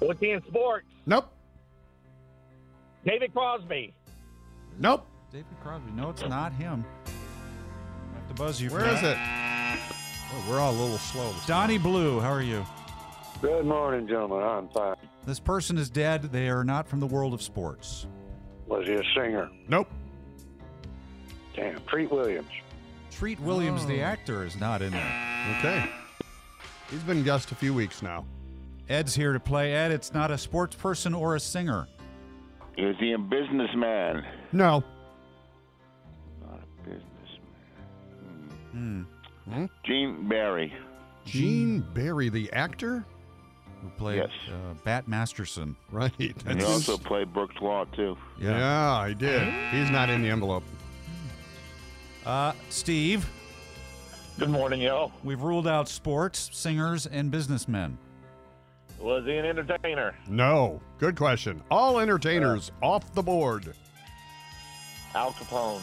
What's he in sports?
Nope.
David Crosby.
Nope.
David Crosby. No, it's not him. I have to buzz you.
Where is it?
Oh, we're all a little slow. Donnie Blue. How are you?
Good morning, gentlemen. I'm fine.
This person is dead. They are not from the world of sports.
Was he a singer?
Nope.
Damn, Treat Williams.
Treat Williams, the actor, is not in there.
Okay. He's been guest a few weeks now.
Ed's here to play. Ed, it's not a sports person or a singer.
Is he a businessman?
No.
Not a businessman.
Hmm.
Gene Barry.
Gene Barry, the actor?
Who played uh, Bat Masterson.
Right.
And he also played Brooks Law too.
yeah. I did. He's not in the envelope.
Uh, Steve.
Good morning, y'all.
We've ruled out sports, singers, and businessmen.
Was he an entertainer?
No. Oh, Good question. All entertainers off the board.
Al Capone.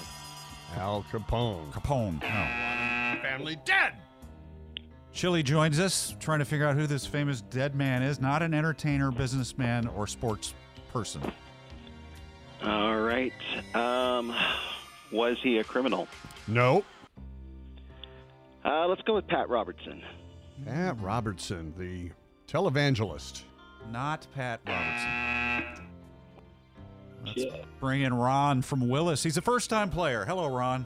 Al
Oh.
Capone.
Capone. No.
Family dead.
Chili joins us, trying to figure out who this famous dead man is. Not an entertainer, businessman, or sports person.
All right. Um, was he a criminal?
No.
Uh, let's go with Pat Robertson.
Pat Robertson, the televangelist.
Not Pat Robertson. Let's bring in Ron from Willis. He's a first time player. Hello, Ron.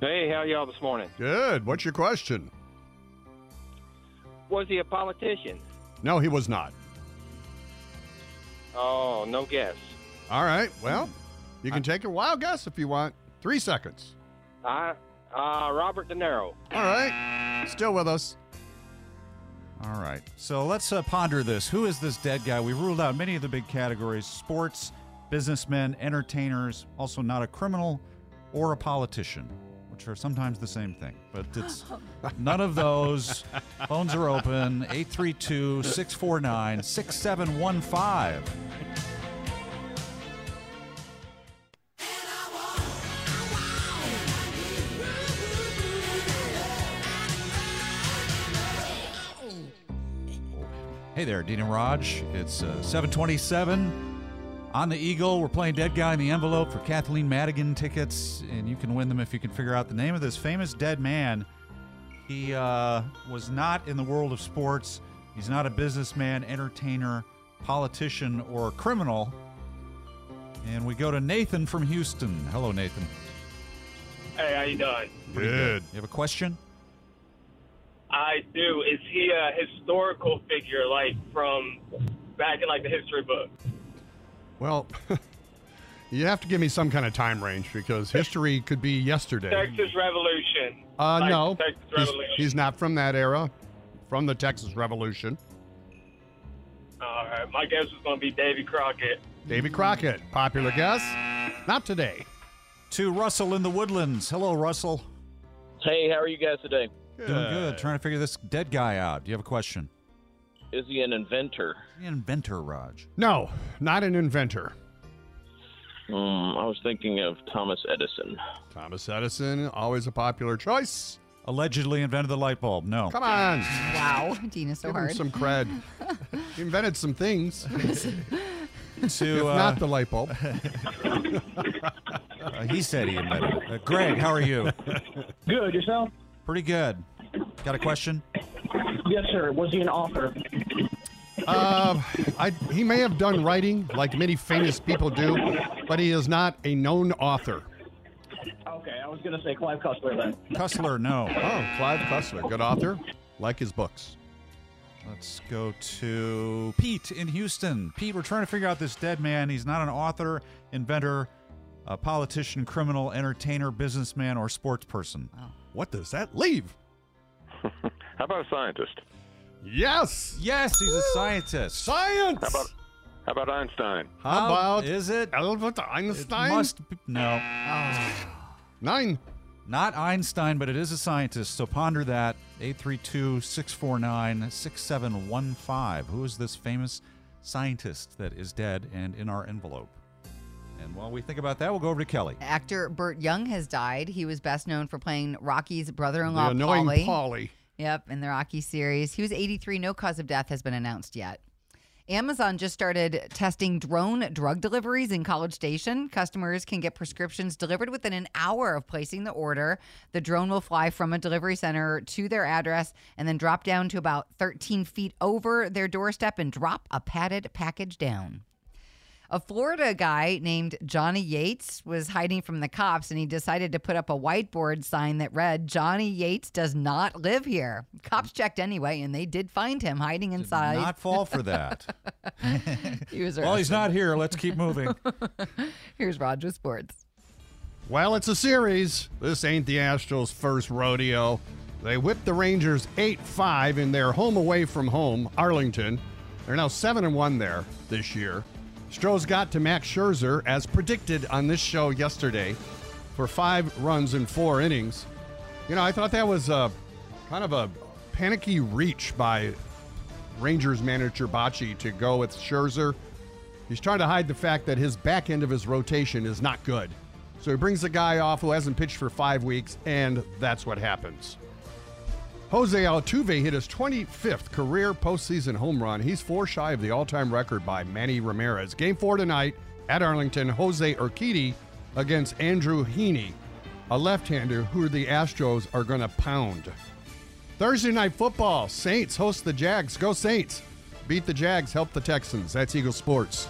Hey, how y'all this morning?
Good. What's your question?
Was he a politician?
No, he was not.
Oh, no guess.
All right. Well, you can take a wild guess if you want. Three seconds.
I, uh, Robert De Niro.
All right. Still with us.
All right. So let's uh, ponder this. Who is this dead guy? We've ruled out many of the big categories sports, businessmen, entertainers, also not a criminal or a politician, which are sometimes the same thing, but it's none of those. Phones are open 832 649 6715. Hey there, Dean and Raj. It's uh, 727 on the Eagle. We're playing Dead Guy in the Envelope for Kathleen Madigan tickets, and you can win them if you can figure out the name of this famous dead man. He uh, was not in the world of sports. He's not a businessman, entertainer, politician, or criminal. And we go to Nathan from Houston. Hello, Nathan.
Hey, how you doing?
You have a question?
I
guys do? Is he a historical figure, like from back in like the history book?
Well, you have to give me some kind of time range because history could be yesterday.
Texas Revolution.
Uh,
Like,
no,
Texas
he's,
Revolution.
he's not from that era, from the Texas Revolution.
All right, my guess was going to be Davy Crockett.
Davy Crockett, popular guess? Not today.
To Russell in the Woodlands. Hello, Russell.
Hey, how are you guys today?
Doing good. Trying to figure this dead guy out. Do you have a question?
Is he an inventor?
Inventor Raj.
No, not an inventor.
Um, I was thinking of Thomas Edison.
Thomas Edison, always a popular choice.
Allegedly invented the light bulb. No.
Come on.
Wow, Dean is so
Give him
hard.
some cred. he invented some things.
To,
if
uh,
not the light bulb.
Uh, he said he invented it. Uh, Greg, how are you?
Good. Yourself?
Pretty good. Got a question?
Yes, sir. Was he an author?
Uh, I, he may have done writing like many famous people do, but he is not a known author.
Okay, I was gonna say Clive Cussler then.
Cussler, no.
Oh, Clive Cussler, good author. Like his books.
Let's go to Pete in Houston. Pete, we're trying to figure out this dead man. He's not an author, inventor, a politician, criminal, entertainer, businessman, or sports person. What does that leave?
How about a scientist?
Yes.
Yes, he's a scientist.
Science.
How about how about Einstein?
How about
is it
Albert Einstein?
It must be, no.
Nine.
Not Einstein, but it is a scientist. So ponder that. 832-649-6715. Who is this famous scientist that is dead and in our envelope? And while we think about that, we'll go over to Kelly.
Actor Burt Young has died. He was best known for playing Rocky's brother-in-law,
The annoying
Polly.
Polly.
Yep, in the Rocky series. He was 83. No cause of death has been announced yet. Amazon just started testing drone drug deliveries in College Station. Customers can get prescriptions delivered within an hour of placing the order. The drone will fly from a delivery center to their address and then drop down to about 13 feet over their doorstep and drop a padded package down. A Florida guy named Johnny Yates was hiding from the cops and he decided to put up a whiteboard sign that read, Johnny Yates does not live here. Cops checked anyway and they did find him hiding inside.
Not fall for that.
he was
well, he's not here. Let's keep moving.
Here's Roger Sports.
Well, it's a series. This ain't the Astros' first rodeo. They whipped the Rangers 8 5 in their home away from home, Arlington. They're now 7 and 1 there this year. Stroh's got to Max Scherzer, as predicted on this show yesterday, for five runs in four innings. You know, I thought that was a, kind of a panicky reach by Rangers manager Bocce to go with Scherzer. He's trying to hide the fact that his back end of his rotation is not good. So he brings a guy off who hasn't pitched for five weeks, and that's what happens. Jose Altuve hit his 25th career postseason home run. He's four shy of the all time record by Manny Ramirez. Game four tonight at Arlington, Jose Urquidy against Andrew Heaney, a left hander who the Astros are going to pound. Thursday night football Saints host the Jags. Go Saints! Beat the Jags, help the Texans. That's Eagle Sports.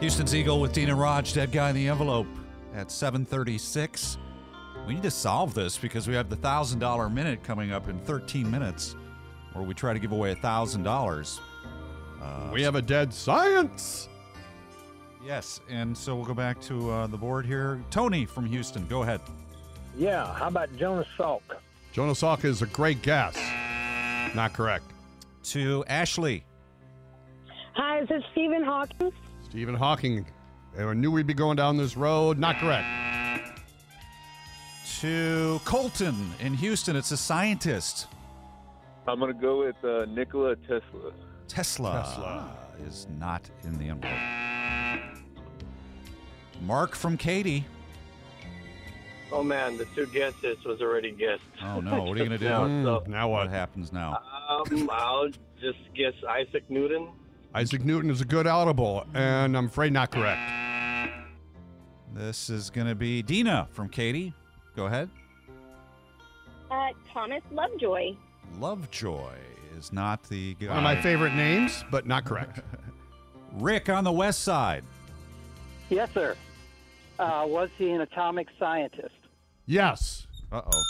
Houston's Eagle with Dina Raj, dead guy in the envelope at 7:36. We need to solve this because we have the thousand dollar minute coming up in 13 minutes, where we try to give away a thousand dollars. Uh,
We have a dead science.
Yes, and so we'll go back to uh, the board here. Tony from Houston, go ahead.
Yeah, how about Jonas Salk?
Jonas Salk is a great guess. Not correct.
To Ashley.
Hi, is this Stephen Hawking?
Stephen Hawking. I knew we'd be going down this road. Not correct.
To Colton in Houston, it's a scientist.
I'm gonna go with uh, Nikola Tesla.
Tesla, is not in the envelope. Mark from Katie.
Oh man, the two guesses was already guessed.
Oh no, what are you gonna do?
Hmm, now what?
happens now?
Um, I'll just guess Isaac Newton.
Isaac Newton is a good audible, and I'm afraid not correct.
This is gonna be Dina from Katie. Go ahead.
Uh, Thomas Lovejoy.
Lovejoy is not the guy.
One of my favorite names, but not correct.
Rick on the west side.
Yes, sir. Uh, was he an atomic scientist?
Yes.
Uh oh.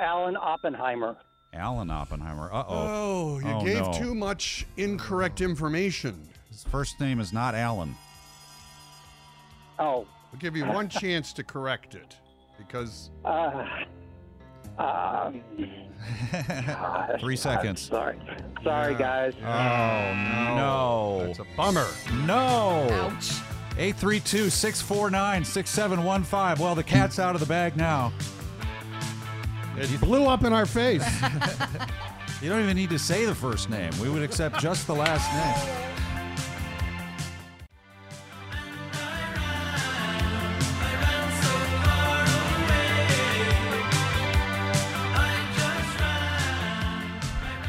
Alan Oppenheimer.
Alan Oppenheimer. Uh oh.
Oh, you gave
no.
too much incorrect information.
His first name is not Alan.
Oh. I'll give you one chance to correct it because
Uh,
uh.
um, gosh,
Three seconds.
sorry. Sorry, guys.
Oh, no.
That's a bummer.
No. Ouch. 832 649 6715. Well, the cat's out of the bag now.
it blew up in our face.
You don't even need to say the first name. We would accept just the last name.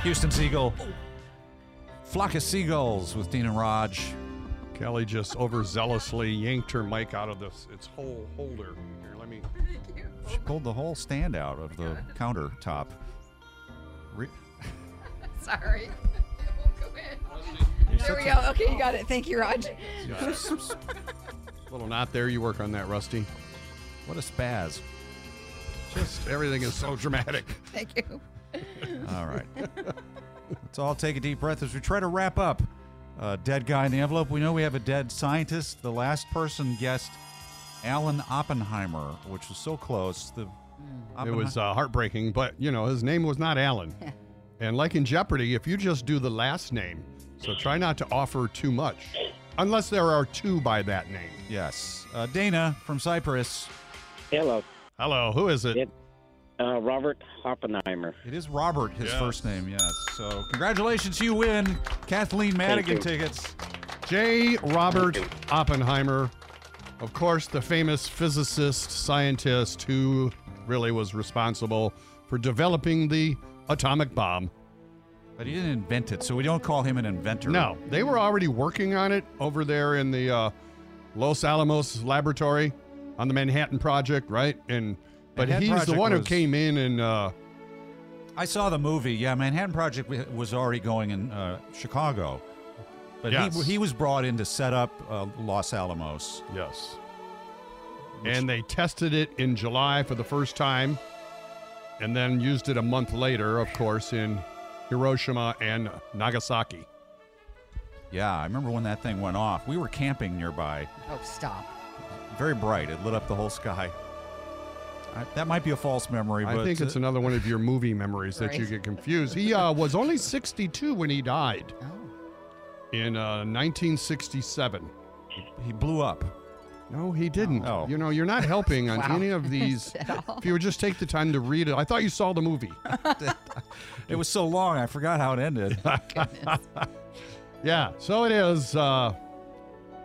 Houston Seagull. Flock of Seagulls with Dean and Raj.
Kelly just overzealously yanked her mic out of this its whole holder. Here, let me.
She pulled the whole stand out of the countertop. Re-
Sorry. It won't go in.
You're
There we
such
go.
a-
Okay, you got it. Thank you, Raj.
Little knot there. You work on that, Rusty.
What a spaz.
Just everything is so dramatic.
Thank you.
All right. Let's all take a deep breath as we try to wrap up. Uh, dead guy in the envelope. We know we have a dead scientist. The last person guessed Alan Oppenheimer, which was so close. The
It
Oppenhei-
was uh, heartbreaking, but you know his name was not Alan. and like in Jeopardy, if you just do the last name, so try not to offer too much, unless there are two by that name.
yes. Uh, Dana from Cyprus.
Hello.
Hello. Who is it?
Uh, Robert Oppenheimer.
It is Robert, his
Yes.
first name. Yes. So congratulations, you win Kathleen
you.
Madigan tickets.
J. Robert Oppenheimer, of course, the famous physicist, scientist who really was responsible for developing the atomic bomb.
But he didn't invent it, so we don't call him an inventor.
No, they were already working on it over there in the uh, Los Alamos laboratory on the Manhattan Project, right? And but
Manhattan
he's
Project
the one
was-
who came in and uh,
I saw the movie. Yeah, Manhattan Project wa- was already going in uh, Chicago, but
Yes.
he, he was brought in to set up uh, Los Alamos.
Yes. and they tested it in July for the first time, and then used it a month later, of course, in Hiroshima and Nagasaki.
Yeah, I remember when that thing went off. We were camping nearby.
Oh, stop.
Very bright. It lit up the whole sky. I, that might be a false memory,
I
but
think it's
uh,
another one of your movie memories that you
Right.
get confused. He uh, was only 62 when he died
Oh.
in uh, 1967.
He blew up.
No, he didn't. Oh. You know, you're not helping on
Wow.
any of these. if you would just take the time to read it, I thought you saw the movie.
it was so long, I forgot how it ended.
Yeah, so it is uh,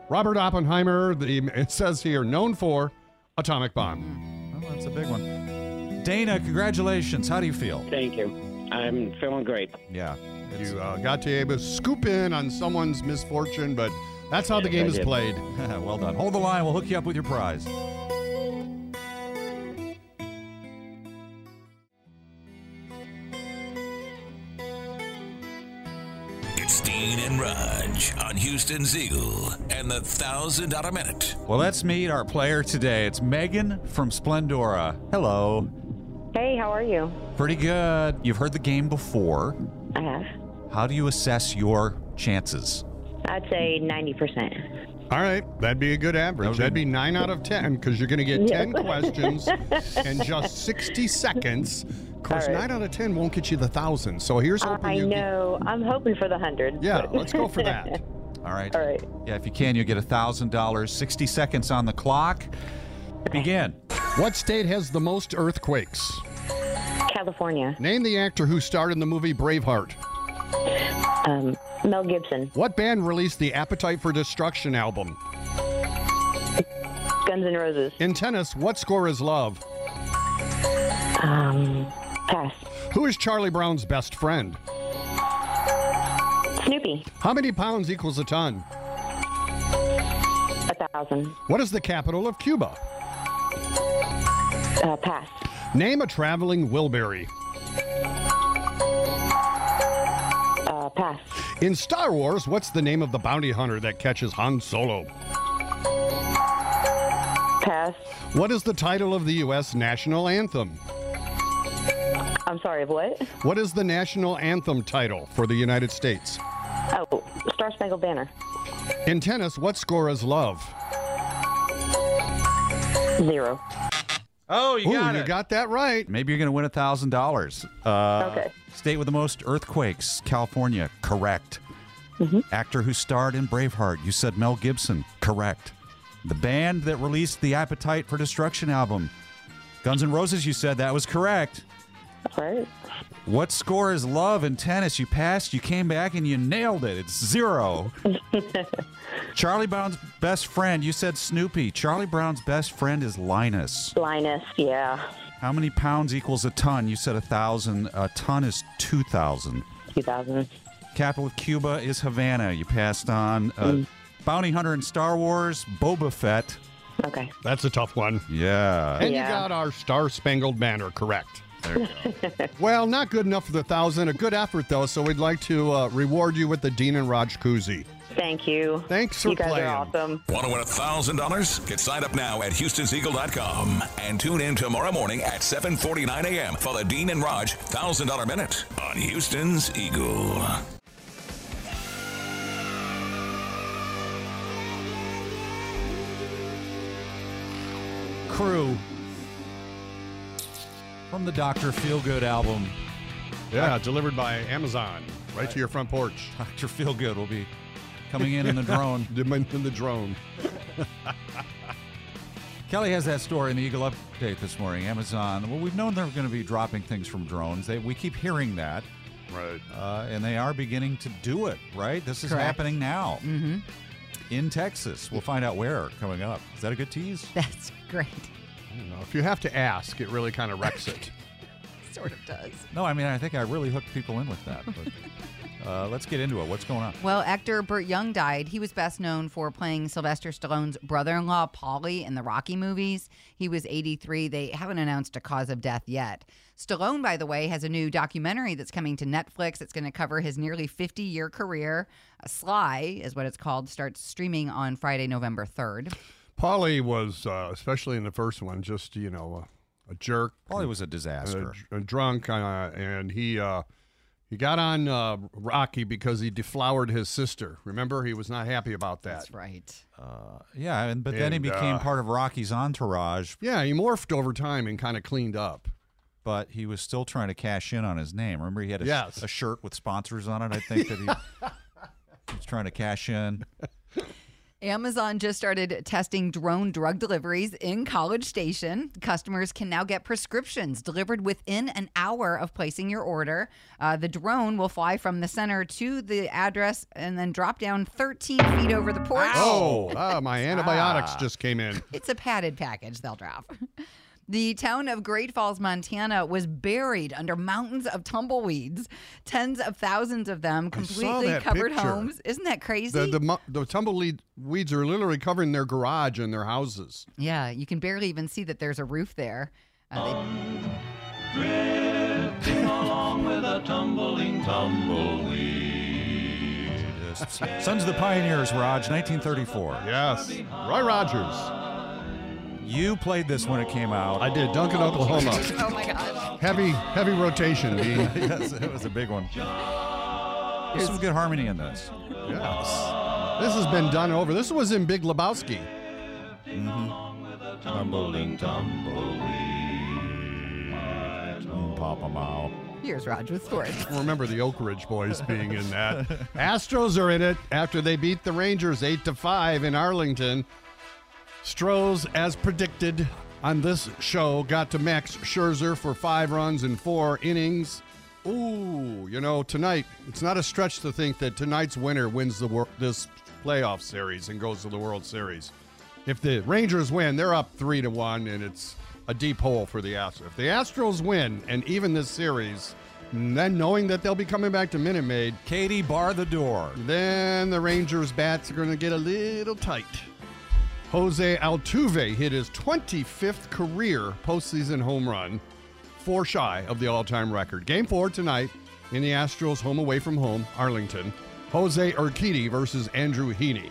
Robert Oppenheimer. The it says here known for atomic bomb.
Well, Oh, that's a big one. Dana, congratulations. How do you feel?
Thank you. I'm feeling great.
Yeah,
you uh, got to be able to scoop in on someone's misfortune, but that's how the game
I
is
did.
played.
well done. Hold the line. We'll hook you up with your prize.
It's Dean and Raj on Houston Zeal and the Thousand Dollar Minute.
Well, let's meet our player today. It's Megan from Splendora. Hello.
Hey, how are you?
Pretty good. You've heard the game before.
I have.
How do you assess your chances?
I'd say 90%.
All right, that'd be a good average. That'd be nine out of ten because you're going to get
Yeah.
ten questions in just sixty seconds. Of course,
All right.
nine out of ten won't get you the thousand. So here's hoping
I
you. get-
know. I'm hoping for the 100.
Yeah, let's go for that.
All right.
All right.
Yeah, if you can, you get $1,000, 60 seconds on the clock. Begin.
What state has the most earthquakes?
California.
Name the actor who starred in the movie Braveheart. Um,
Mel Gibson.
What band released the Appetite for Destruction album?
Guns N' Roses.
In tennis, what score is love?
Um, pass.
Who is Charlie Brown's best friend?
Snoopy.
How many pounds equals a ton?
A 1,000.
What is the capital of Cuba?
Uh, pass.
Name a traveling Wilbury.
Uh, pass.
In Star Wars, what's the name of the bounty hunter that catches Han Solo?
Pass.
What is the title of the U.S. national anthem?
A I'm sorry, of what?
What is the national anthem title for the United States?
Oh, Star Spangled Banner.
In tennis, what score is love?
Zero.
Oh,
you got you got that right.
Maybe you're going to win thousand dollars. Uh,
Okay.
State with the most earthquakes, California. Correct.
Mm-hmm.
Actor who starred in Braveheart. You said Mel Gibson. Correct. The band that released the Appetite for Destruction album, Guns N' Roses. You said that was correct.
Right.
What score is love in tennis? You passed. You came back and you nailed it. It's zero. Charlie Brown's best friend. You said Snoopy. Charlie Brown's best friend is Linus.
Linus, yeah.
How many pounds equals a ton? You said a thousand. A ton is two thousand.
Two thousand.
Capital of Cuba is Havana. You passed on. Uh,
Mm.
Bounty Hunter in Star Wars. Boba Fett.
Okay.
That's a tough one.
Yeah.
And
Yeah.
you got our Star Spangled Banner correct.
There you
go. well, not good enough for the thousand. A good effort though. So we'd like to uh, reward you with the Dean and Raj koozie.
Thank you.
Thanks for
you guys
playing.
Are awesome.
Want to win $1,000? Get signed up now at Houston'sEagle.com and tune in tomorrow morning at 7.49 a.m. for the Dean and Raj $1,000 Minute on Houston's Eagle.
crew from the Dr. Feelgood album.
Yeah, delivered by Amazon right, to your front porch.
Dr. Feelgood will be coming in in the drone.
in the drone.
Kelly has that story in the Eagle Update this morning. Amazon. Well, we've known they're going to be dropping things from drones. They, we keep hearing that.
Right.
Uh, and they are beginning to do it, right? This is
Correct.
happening now
Mm-hmm.
in Texas. We'll find out where coming up. Is that a good tease?
That's great.
I don't know. If you have to ask, it really kind of wrecks it.
Sort of does.
No, I mean, I think I really hooked people in with that. But, uh, let's get into it. What's going on?
Well, actor Burt Young died. He was best known for playing Sylvester Stallone's brother in law, Polly, in the Rocky movies. He was 83. They haven't announced a cause of death yet. Stallone, by the way, has a new documentary that's coming to Netflix. It's going to cover his nearly 50 year career. Sly is what it's called, starts streaming on Friday, November 3rd.
Polly was, uh, especially in the first one, just you know a, a jerk.
Probably was a
a
disaster.
dr- a drunk, uh, and he uh, he got on uh, Rocky because he deflowered his sister. Remember, he was not happy about that.
That's right.
yeah, and but then he
And,
became
uh,
part of Rocky's entourage,
Yeah, he morphed over time and kind of cleaned up.
but he was still trying to cash in on his name. Remember, he had a, sh-
Yes.
a shirt with sponsors on it. I think that he, he was trying to cash in.
Amazon just started testing drone drug deliveries in College Station. Customers can now get prescriptions delivered within an hour of placing your order. Uh, the drone will fly from the center to the address and then drop down 13 feet over the porch.
Oh, ah, my antibiotics just came in.
It's a padded package they'll drop. The town of Great Falls, Montana was buried under mountains of tumbleweeds, tens of thousands of them, completely
that
covered
picture.
homes. Isn't that crazy?
The the, mu- the tumbleweed weeds are literally covering their garage and their houses.
Yeah, you can barely even see that there's a roof there. Uh, they-
Just- Sons of the Pioneers, Raj, 1934.
Yes, Roy Rogers.
You played this when it came out.
I did Duncan, Oklahoma.
oh my gosh.
Heavy heavy rotation. Dean.
yes, it was a big one. There's some good harmony in this.
Yes. This has been done over. This was in Big Lebowski.
Tumbling Papa Mao.
Here's Raj with sports.
I Remember the Oak Ridge Boys being in that. Astros are in it after they beat the Rangers 8 to 5 in Arlington. Strohs, as predicted on this show, got to Max Scherzer for five runs in four innings. Ooh, you know, tonight, it's not a stretch to think that tonight's winner wins the wor- this playoff series and goes to the World Series. If the Rangers win, they're up three to one, and it's a deep hole for the Astros. If the Astros win and even this series, and then knowing that they'll be coming back to Minute Maid,
Katie, bar the door.
then the Rangers' bats are going to get a little tight. Jose Altuve hit his 25th career postseason home run, four shy of the all time record. Game four tonight in the Astros' home away from home, Arlington. Jose Urquidy versus Andrew Heaney.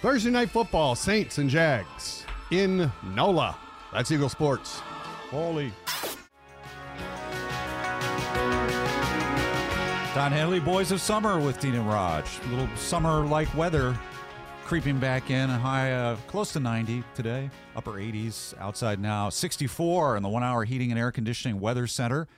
Thursday night football, Saints and Jags in NOLA. That's Eagle Sports. Holy.
Don Henley, Boys of Summer with Dean and Raj. A little summer like weather creeping back in. A High uh, close to 90 today, upper 80s outside now. 64 in the one hour heating and air conditioning weather center.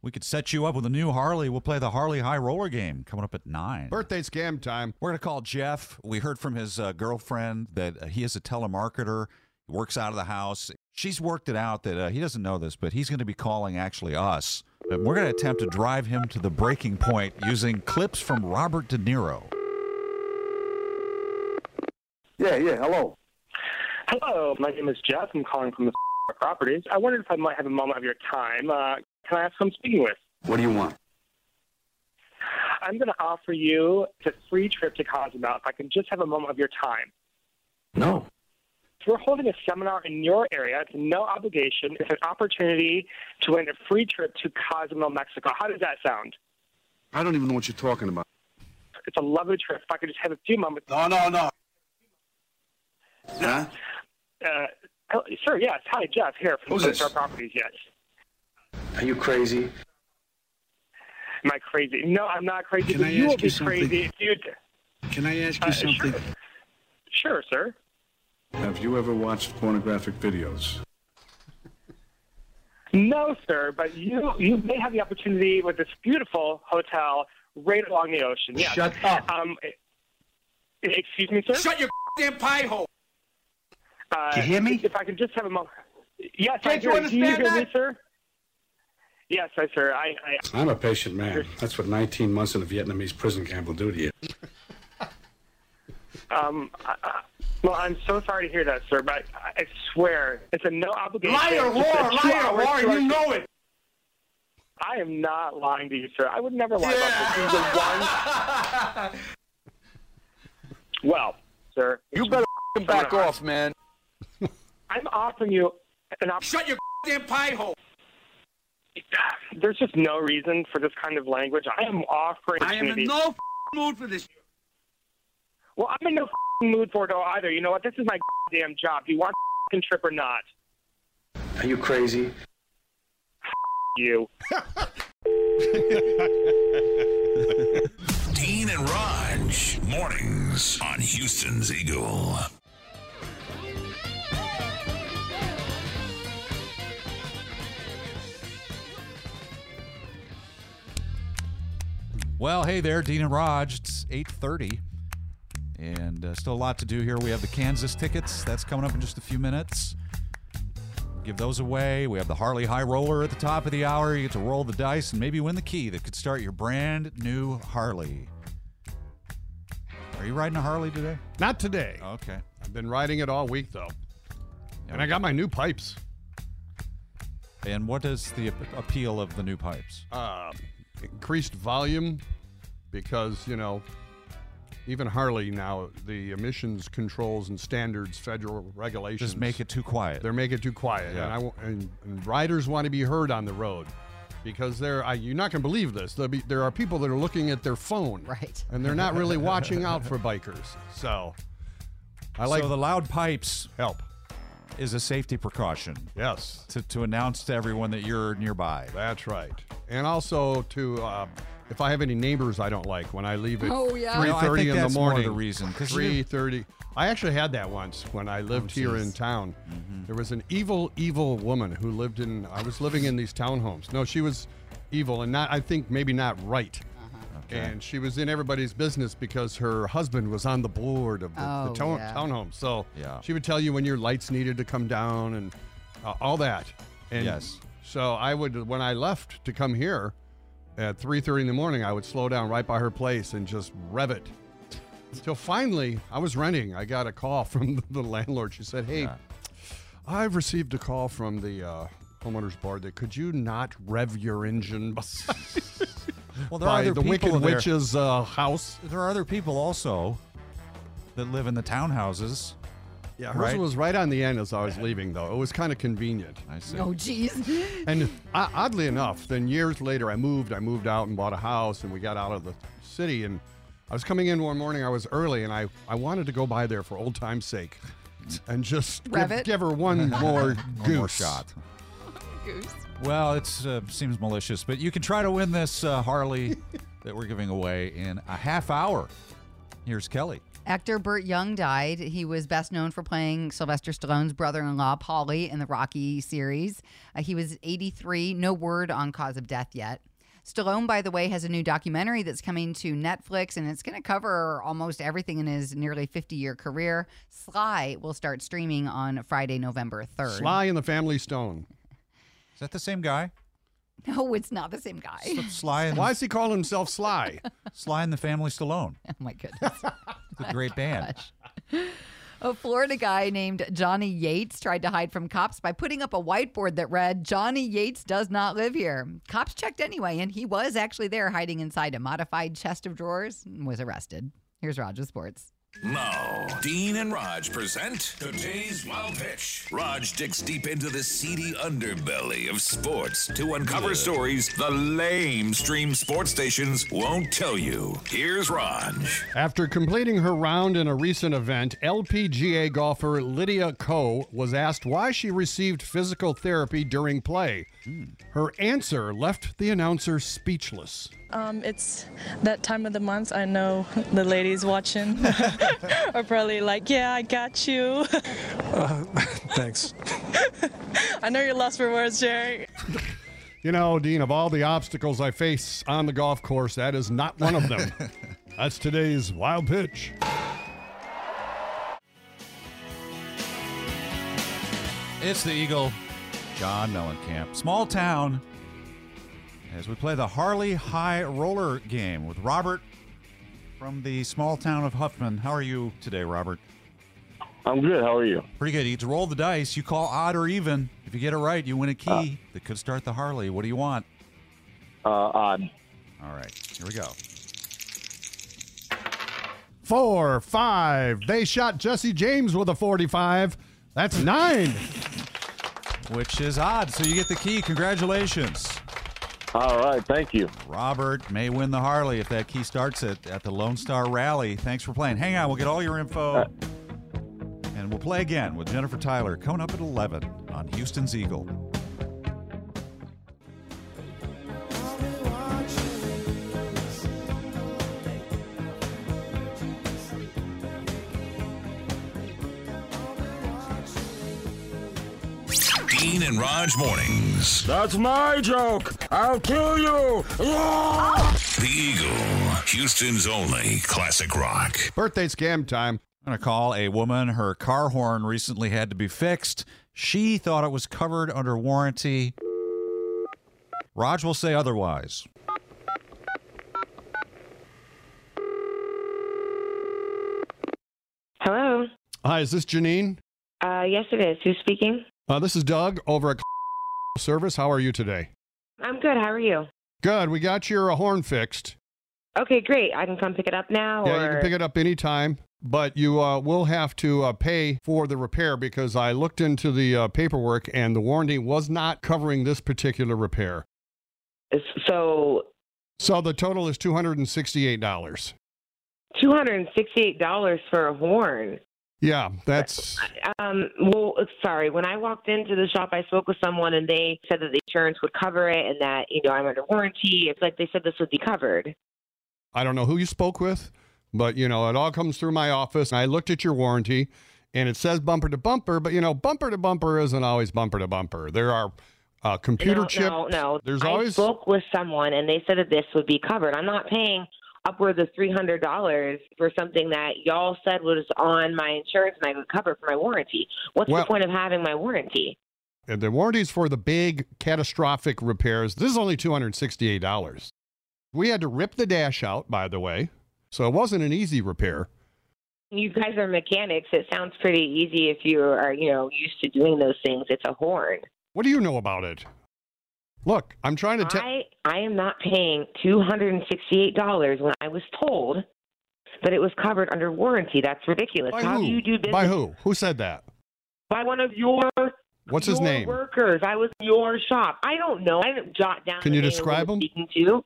We could set you up with a new Harley. We'll play the Harley High Roller game coming up at 9.
Birthday scam time.
We're going to call Jeff. We heard from his uh, girlfriend that uh, he is a telemarketer, he works out of the house. She's worked it out that uh, he doesn't know this, but he's going to be calling actually us. And we're going to attempt to drive him to the breaking point using clips from Robert De Niro.
Yeah, yeah. Hello. Hello. My name is Jeff. I'm calling from the properties. I wondered if I might have a moment of your time. Uh, can I have some speaking with?
What do you want?
I'm going to offer you a free trip to Cozumel if I can just have a moment of your time.
No.
We're holding a seminar in your area. It's no obligation. It's an opportunity to win a free trip to Cozumel, Mexico. How does that sound?
I don't even know what you're talking about.
It's a lovely trip. If I could just have a few moments.
No, no, no. Huh?
Uh, oh, sir, yes. Hi, Jeff. Here from
Who's
Star
this?
Properties. Yes.
Are you crazy?
Am I crazy? No, I'm not crazy.
Can
but
I
you will
ask you
be
something?
crazy if you.
Can I ask you
Uh,
something?
Sure, sir.
Have you ever watched pornographic videos?
No, sir. But you you may have the opportunity with this beautiful hotel right along the ocean. Yes.
Shut
up. Um, e- excuse me, sir. Shut your damn pie hole. Uh,
Do you hear me?
If I could just have a moment. Yes, I
Can't you
hear Do you hear
understand
me, sir? Yes, I, sir. I, I
I'm a patient man. That's what 19 months in a Vietnamese prison camp will do to you.
Um, I, I, well, I'm so sorry to hear that, sir, but I, I swear it's a no obligation.
Liar,
It's a
whore,
two
liar,
hour
whore,
short-
you know it.
I am not lying to you, sir. I would never lie about this. He's the one. well, sir. You better back off, man. I'm offering you an option. Shut your damn pie hole. There's just no reason for this kind of language. I am offering.
I am in
opportunity-
no f- mood for this.
Well, I'm in no f***ing mood for it all either. You know what? This is my damn job. Do you want a f***ing trip or not?
Are you crazy?
You.
Dean and Raj, mornings on Houston's Eagle.
Well, hey there, Dean and Raj. It's 8:30, and uh, still a lot to do here. We have the Kansas tickets that's coming up in just a few minutes. Give those away. We have the Harley High Roller at the top of the hour. You get to roll the dice and maybe win the key that could start your brand new Harley. Are you riding a Harley today?
Not today.
Okay.
I've been riding it all week though. And I got my new pipes.
And what is the ap- appeal of the new pipes?
Uh, increased volume because, you know, even Harley now, the emissions controls and standards, federal regulations.
Just make it too quiet.
They're making it too quiet,
Yeah.
and, I, won't- and, and riders want to be heard on the road because they're I, you're not going to believe this. There'll Be, there are people that are looking at their phone,
right,
and they're not really watching out for bikers. So I like
so the loud pipes
help
is a safety precaution.
Yes.
To, to announce to everyone that you're nearby.
That's right. and also to uh, if I have any neighbors I don't like when I leave at
Oh, yeah.
three
No, I
thirty
think
in
that's
the
more
morning.
the reason, 'cause you- Oh,
three thirty. I actually had that once when I lived here in town.
Mm-hmm.
There was an evil, evil woman who lived in. I was living in these townhomes. No, she was evil and not. I think maybe not right.
Uh-huh. Okay.
And she was in everybody's business because her husband was on the board of the,
Oh,
the town,
yeah.
townhome. So
Yeah.
she would tell you when your lights needed to come down and uh, all that. And
Yes.
So I would, when I left to come here at 3:30 in the morning, I would slow down right by her place and just rev it. Until finally, I was renting. I got a call from the landlord. She said, "Hey, I've received a call from the uh, homeowners board that could you not rev your engine by,
Well, there
by
are other
the
people
wicked
there.
witch's uh, house?"
There are other people also that live in the townhouses.
Yeah, hers
right.
was right on the end as I was leaving, though. It was kind of convenient.
I see.
Oh, jeez.
And o- oddly enough, then years later, I moved. I moved out and bought a house, and we got out of the city. And I was coming in one morning. I was early, and I, I wanted to go by there for old time's sake, and just
Rev
give,
it?
give her one more goose
One more shot.
Goose.
Well, it uh, seems malicious, but you can try to win this uh, Harley that we're giving away in a half hour. Here's Kelly.
Actor Burt Young died. He was best known for playing Sylvester Stallone's brother in law, Polly, in the Rocky series. Uh, he was 83, no word on cause of death yet. Stallone, by the way, has a new documentary that's coming to Netflix, and it's going to cover almost everything in his nearly 50 year career. Sly will start streaming on Friday, November 3rd.
Sly and the Family Stone.
Is that the same guy?
No, it's not the same guy.
Sly. And
Why is he calling himself Sly?
Sly and the Family Stallone.
Oh, my goodness.
The great band.
A Florida guy named Johnny Yates tried to hide from cops by putting up a whiteboard that read, Johnny Yates does not live here. Cops checked anyway, and he was actually there hiding inside a modified chest of drawers and was arrested. Here's Roger Sports.
Now, Dean and Raj present today's wild pitch. Raj digs deep into the seedy underbelly of sports to uncover stories the lame stream sports stations won't tell you. Here's Raj.
After completing her round in a recent event, LPGA golfer Lydia Ko was asked why she received physical therapy during play.
Hmm.
Her answer left the announcer speechless.
Um, it's that time of the month. I know the ladies watching are probably like, "Yeah, I got you."
Uh, thanks.
I know you're lost for words, Jerry.
You know, Dean, of all the obstacles I face on the golf course, that is not one of them. That's today's wild pitch.
It's the Eagle, John Mellencamp. Small town. As we play the Harley High Roller game with Robert from the small town of Huffman. How are you today, Robert?
I'm good. How are you?
Pretty good. You get to roll the dice. You call odd or even. If you get it right, you win a key that could start the Harley. What do you want?
Uh, odd.
All right, here we go.
Four, five. They shot Jesse James with a 45. That's nine.
Which is odd. So you get the key. Congratulations.
All right. Thank you.
Robert may win the Harley if that key starts at, at the Lone Star Rally. Thanks for playing. Hang on, we'll get all your
Uh,
info. And we'll play again with Jennifer Tyler coming up at 11 on Houston's Eagle.
Dean and Raj mornings.
That's my joke. I'll kill you.
The Eagle, Houston's only classic rock.
Birthday scam time.
I'm going to call a woman. Her car horn recently had to be fixed. She thought it was covered under warranty. Raj will say otherwise.
Hello.
Hi, is this Janine?
Uh, yes, it is. Who's speaking?
Uh, this is Doug over at Service. How are you today?
I'm good. How are you?
Good. We got your uh, horn fixed.
Okay, great. I can come pick it up now.
Yeah, you can pick it up anytime, but you uh, will have to uh, pay for the repair because I looked into the uh, paperwork and the warranty was not covering this particular repair.
up. So
So the total is $268.
two hundred and sixty-eight dollars for a horn.
Yeah, that's
Um, well, sorry. When I walked into the shop, I spoke with someone, and they said that the insurance would cover it, and that you know I'm under warranty. It's like they said this would be covered.
I don't know who you spoke with, but you know, it all comes through my office. I looked at your warranty and it says bumper to bumper, but you know, bumper to bumper isn't always bumper to bumper. There are uh, computer
no,
chip.
No, no.
There's
I
always
spoke with someone, and they said that this would be covered. I'm not paying upwards of three hundred dollars for something that y'all said was on my insurance and I would cover for my warranty. What's
Well-
the point of having my warranty?
the warranties for the big catastrophic repairs. This is only $268. We had to rip the dash out, by the way. So it wasn't an easy repair.
You guys are mechanics. It sounds pretty easy if you are, you know, used to doing those things. It's a horn.
What do you know about it? Look, I'm trying to tell
I I am not paying two hundred and sixty eight dollars when I was told that it was covered under warranty. That's ridiculous.
By
How
who?
do you do business
By who? Who said that?
by one of your
What's his
your
name?
workers? I was in your shop. I don't know. I didn't jot down.
Can
the
you
name of
describe
who
him?
was Speaking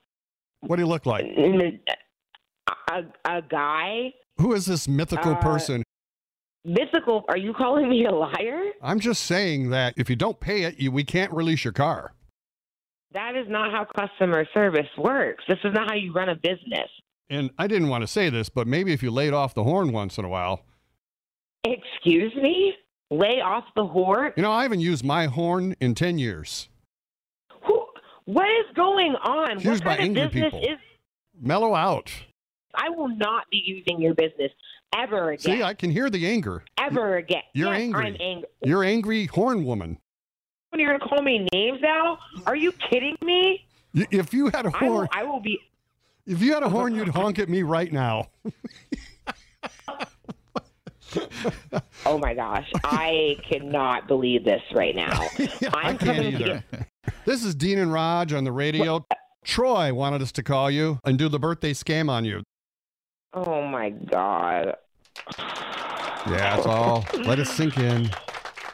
What do you look like?
to a, a guy
Who is this mythical
Uh,
person?
mythical. Are you calling me a liar?
I'm just saying that if you don't pay it, you, we can't release your car.
That is not how customer service works. This is not how you run a business.
And I didn't want to say this, but maybe if you laid off the horn once in a while.
Excuse me? Lay off the horn?
You know, I haven't used my horn in 10 years.
Who, what is going on?
It's used
what
by
kind
angry
of business
people.
is
Mellow out.
I will not be using your business ever again.
See, I can hear the anger.
ever again.
You're
Yes,
angry.
I'm angry.
You're angry horn woman.
When you're gonna call me names now? Are you kidding me?
Y- If you had a
I will,
horn,
I will be.
if you had a horn, you'd honk at me right now.
Oh my gosh, I cannot believe this right now. I'm
Can't
coming to
either. This is Dean and Raj on the radio.
uh,
Troy wanted us to call you and do the birthday scam on you.
Oh my god.
Yeah, that's all. Let it sink in.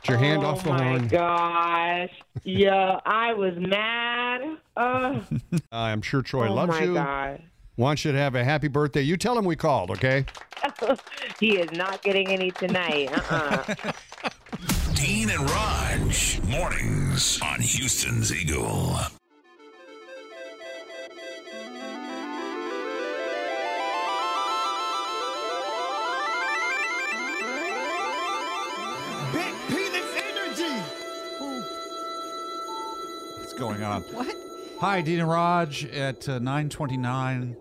Get your hand off the
oh my
horn.
gosh. Yeah, I was mad. Uh,
I'm sure Troy
oh
loves
my
you.
god.
Wants you to have a happy birthday. You tell him we called, okay?
he is not getting any tonight. Uh-uh.
Dean and Raj, mornings on Houston's Eagle.
Big penis energy.
What's going on?
What?
Hi, Dean and Raj at uh, 929.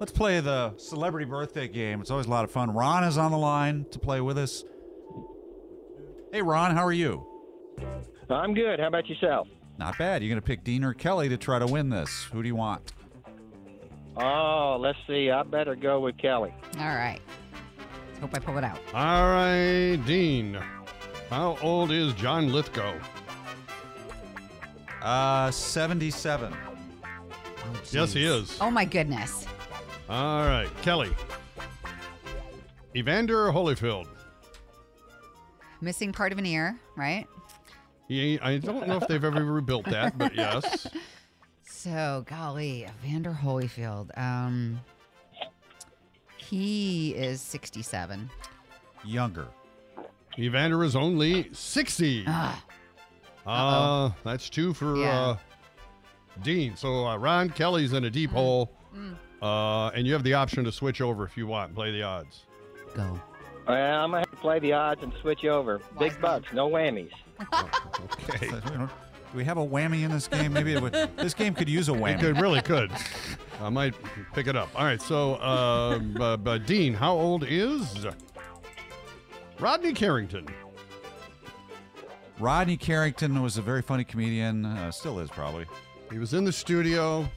Let's play the celebrity birthday game. It's always a lot of fun. Ron is on the line to play with us. Hey, Ron, how are you?
I'm good. How about yourself?
Not bad. You're going to pick Dean or Kelly to try to win this. Who do you want?
Oh, let's see. I better go with Kelly.
All right. Hope I pull it out.
All right, Dean. How old is John Lithgow?
Uh, 77.
yes, he is.
Oh my goodness.
All right, Kelly. Evander Holyfield.
Missing part of an ear, right?
He, I don't know if they've ever rebuilt that, but yes.
So, golly, Evander Holyfield. Um, he is 67.
Younger.
Evander is only 60. Uh, that's two for
Ah. Yeah.
uh, Dean. So uh, Ron Kelly's in a deep hole.
mm.
Uh, and you have the option to switch over if you want and play the odds.
Go.
Well, I'm going to have to play the odds and switch over. Big bucks, no whammies.
Okay.
Do we have a whammy in this game? Maybe it would, this game could use a whammy.
It could, really could. I might pick it up. All right. So, uh, b- b- Dean, how old is Rodney Carrington?
Rodney Carrington was a very funny comedian. Uh, still is, probably.
He was in the studio.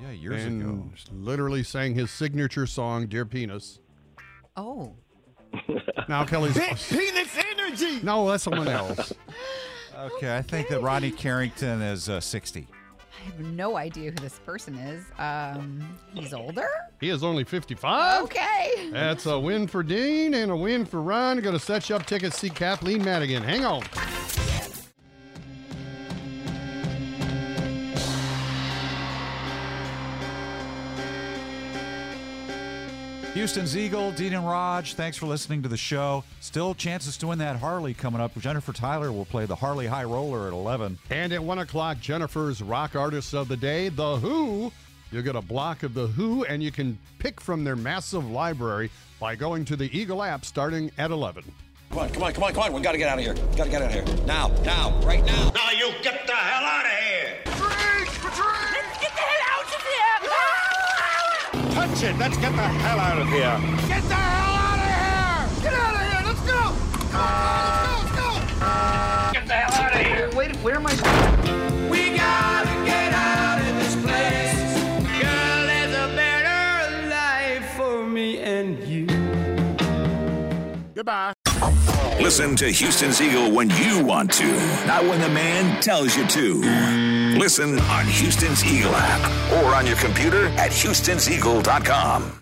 Yeah, years
and
ago.
Literally sang his signature song, Dear Penis.
Oh.
Now Kelly's.
Big penis energy.
No, that's someone else.
Okay, I think that Rodney Carrington is uh, 60.
I have no idea who this person is. Um, he's older?
He is only 55.
Okay.
That's a win for Dean and a win for Ron. Going to set you up tickets. See Kathleen Madigan. Hang on.
Houston's Eagle, Dean and Raj, thanks for listening to the show. Still chances to win that Harley coming up. Jennifer Tyler will play the Harley High Roller at 11.
And at 1 o'clock, Jennifer's Rock Artists of the Day, The Who. You'll get a block of The Who, and you can pick from their massive library by going to the Eagle app starting at 11.
Come on, come on, come on, come on. We gotta get out of here. Gotta get out of here. Now, now, right now.
Now you get the hell out of here. Let's
Touch
get the hell out of here.
it. Let's get the hell out of here.
Get the hell out of here. Get out of here. Let's go. Come on, let's go. Let's go. Get the hell out of here. Wait, where am I? We gotta get out of this place. Girl, there's a better life for me and you. Goodbye.
Listen to Houston's Eagle when you want to, not when the man tells you to. Listen on Houston's Eagle app or on your computer at Houston'sEagle.com.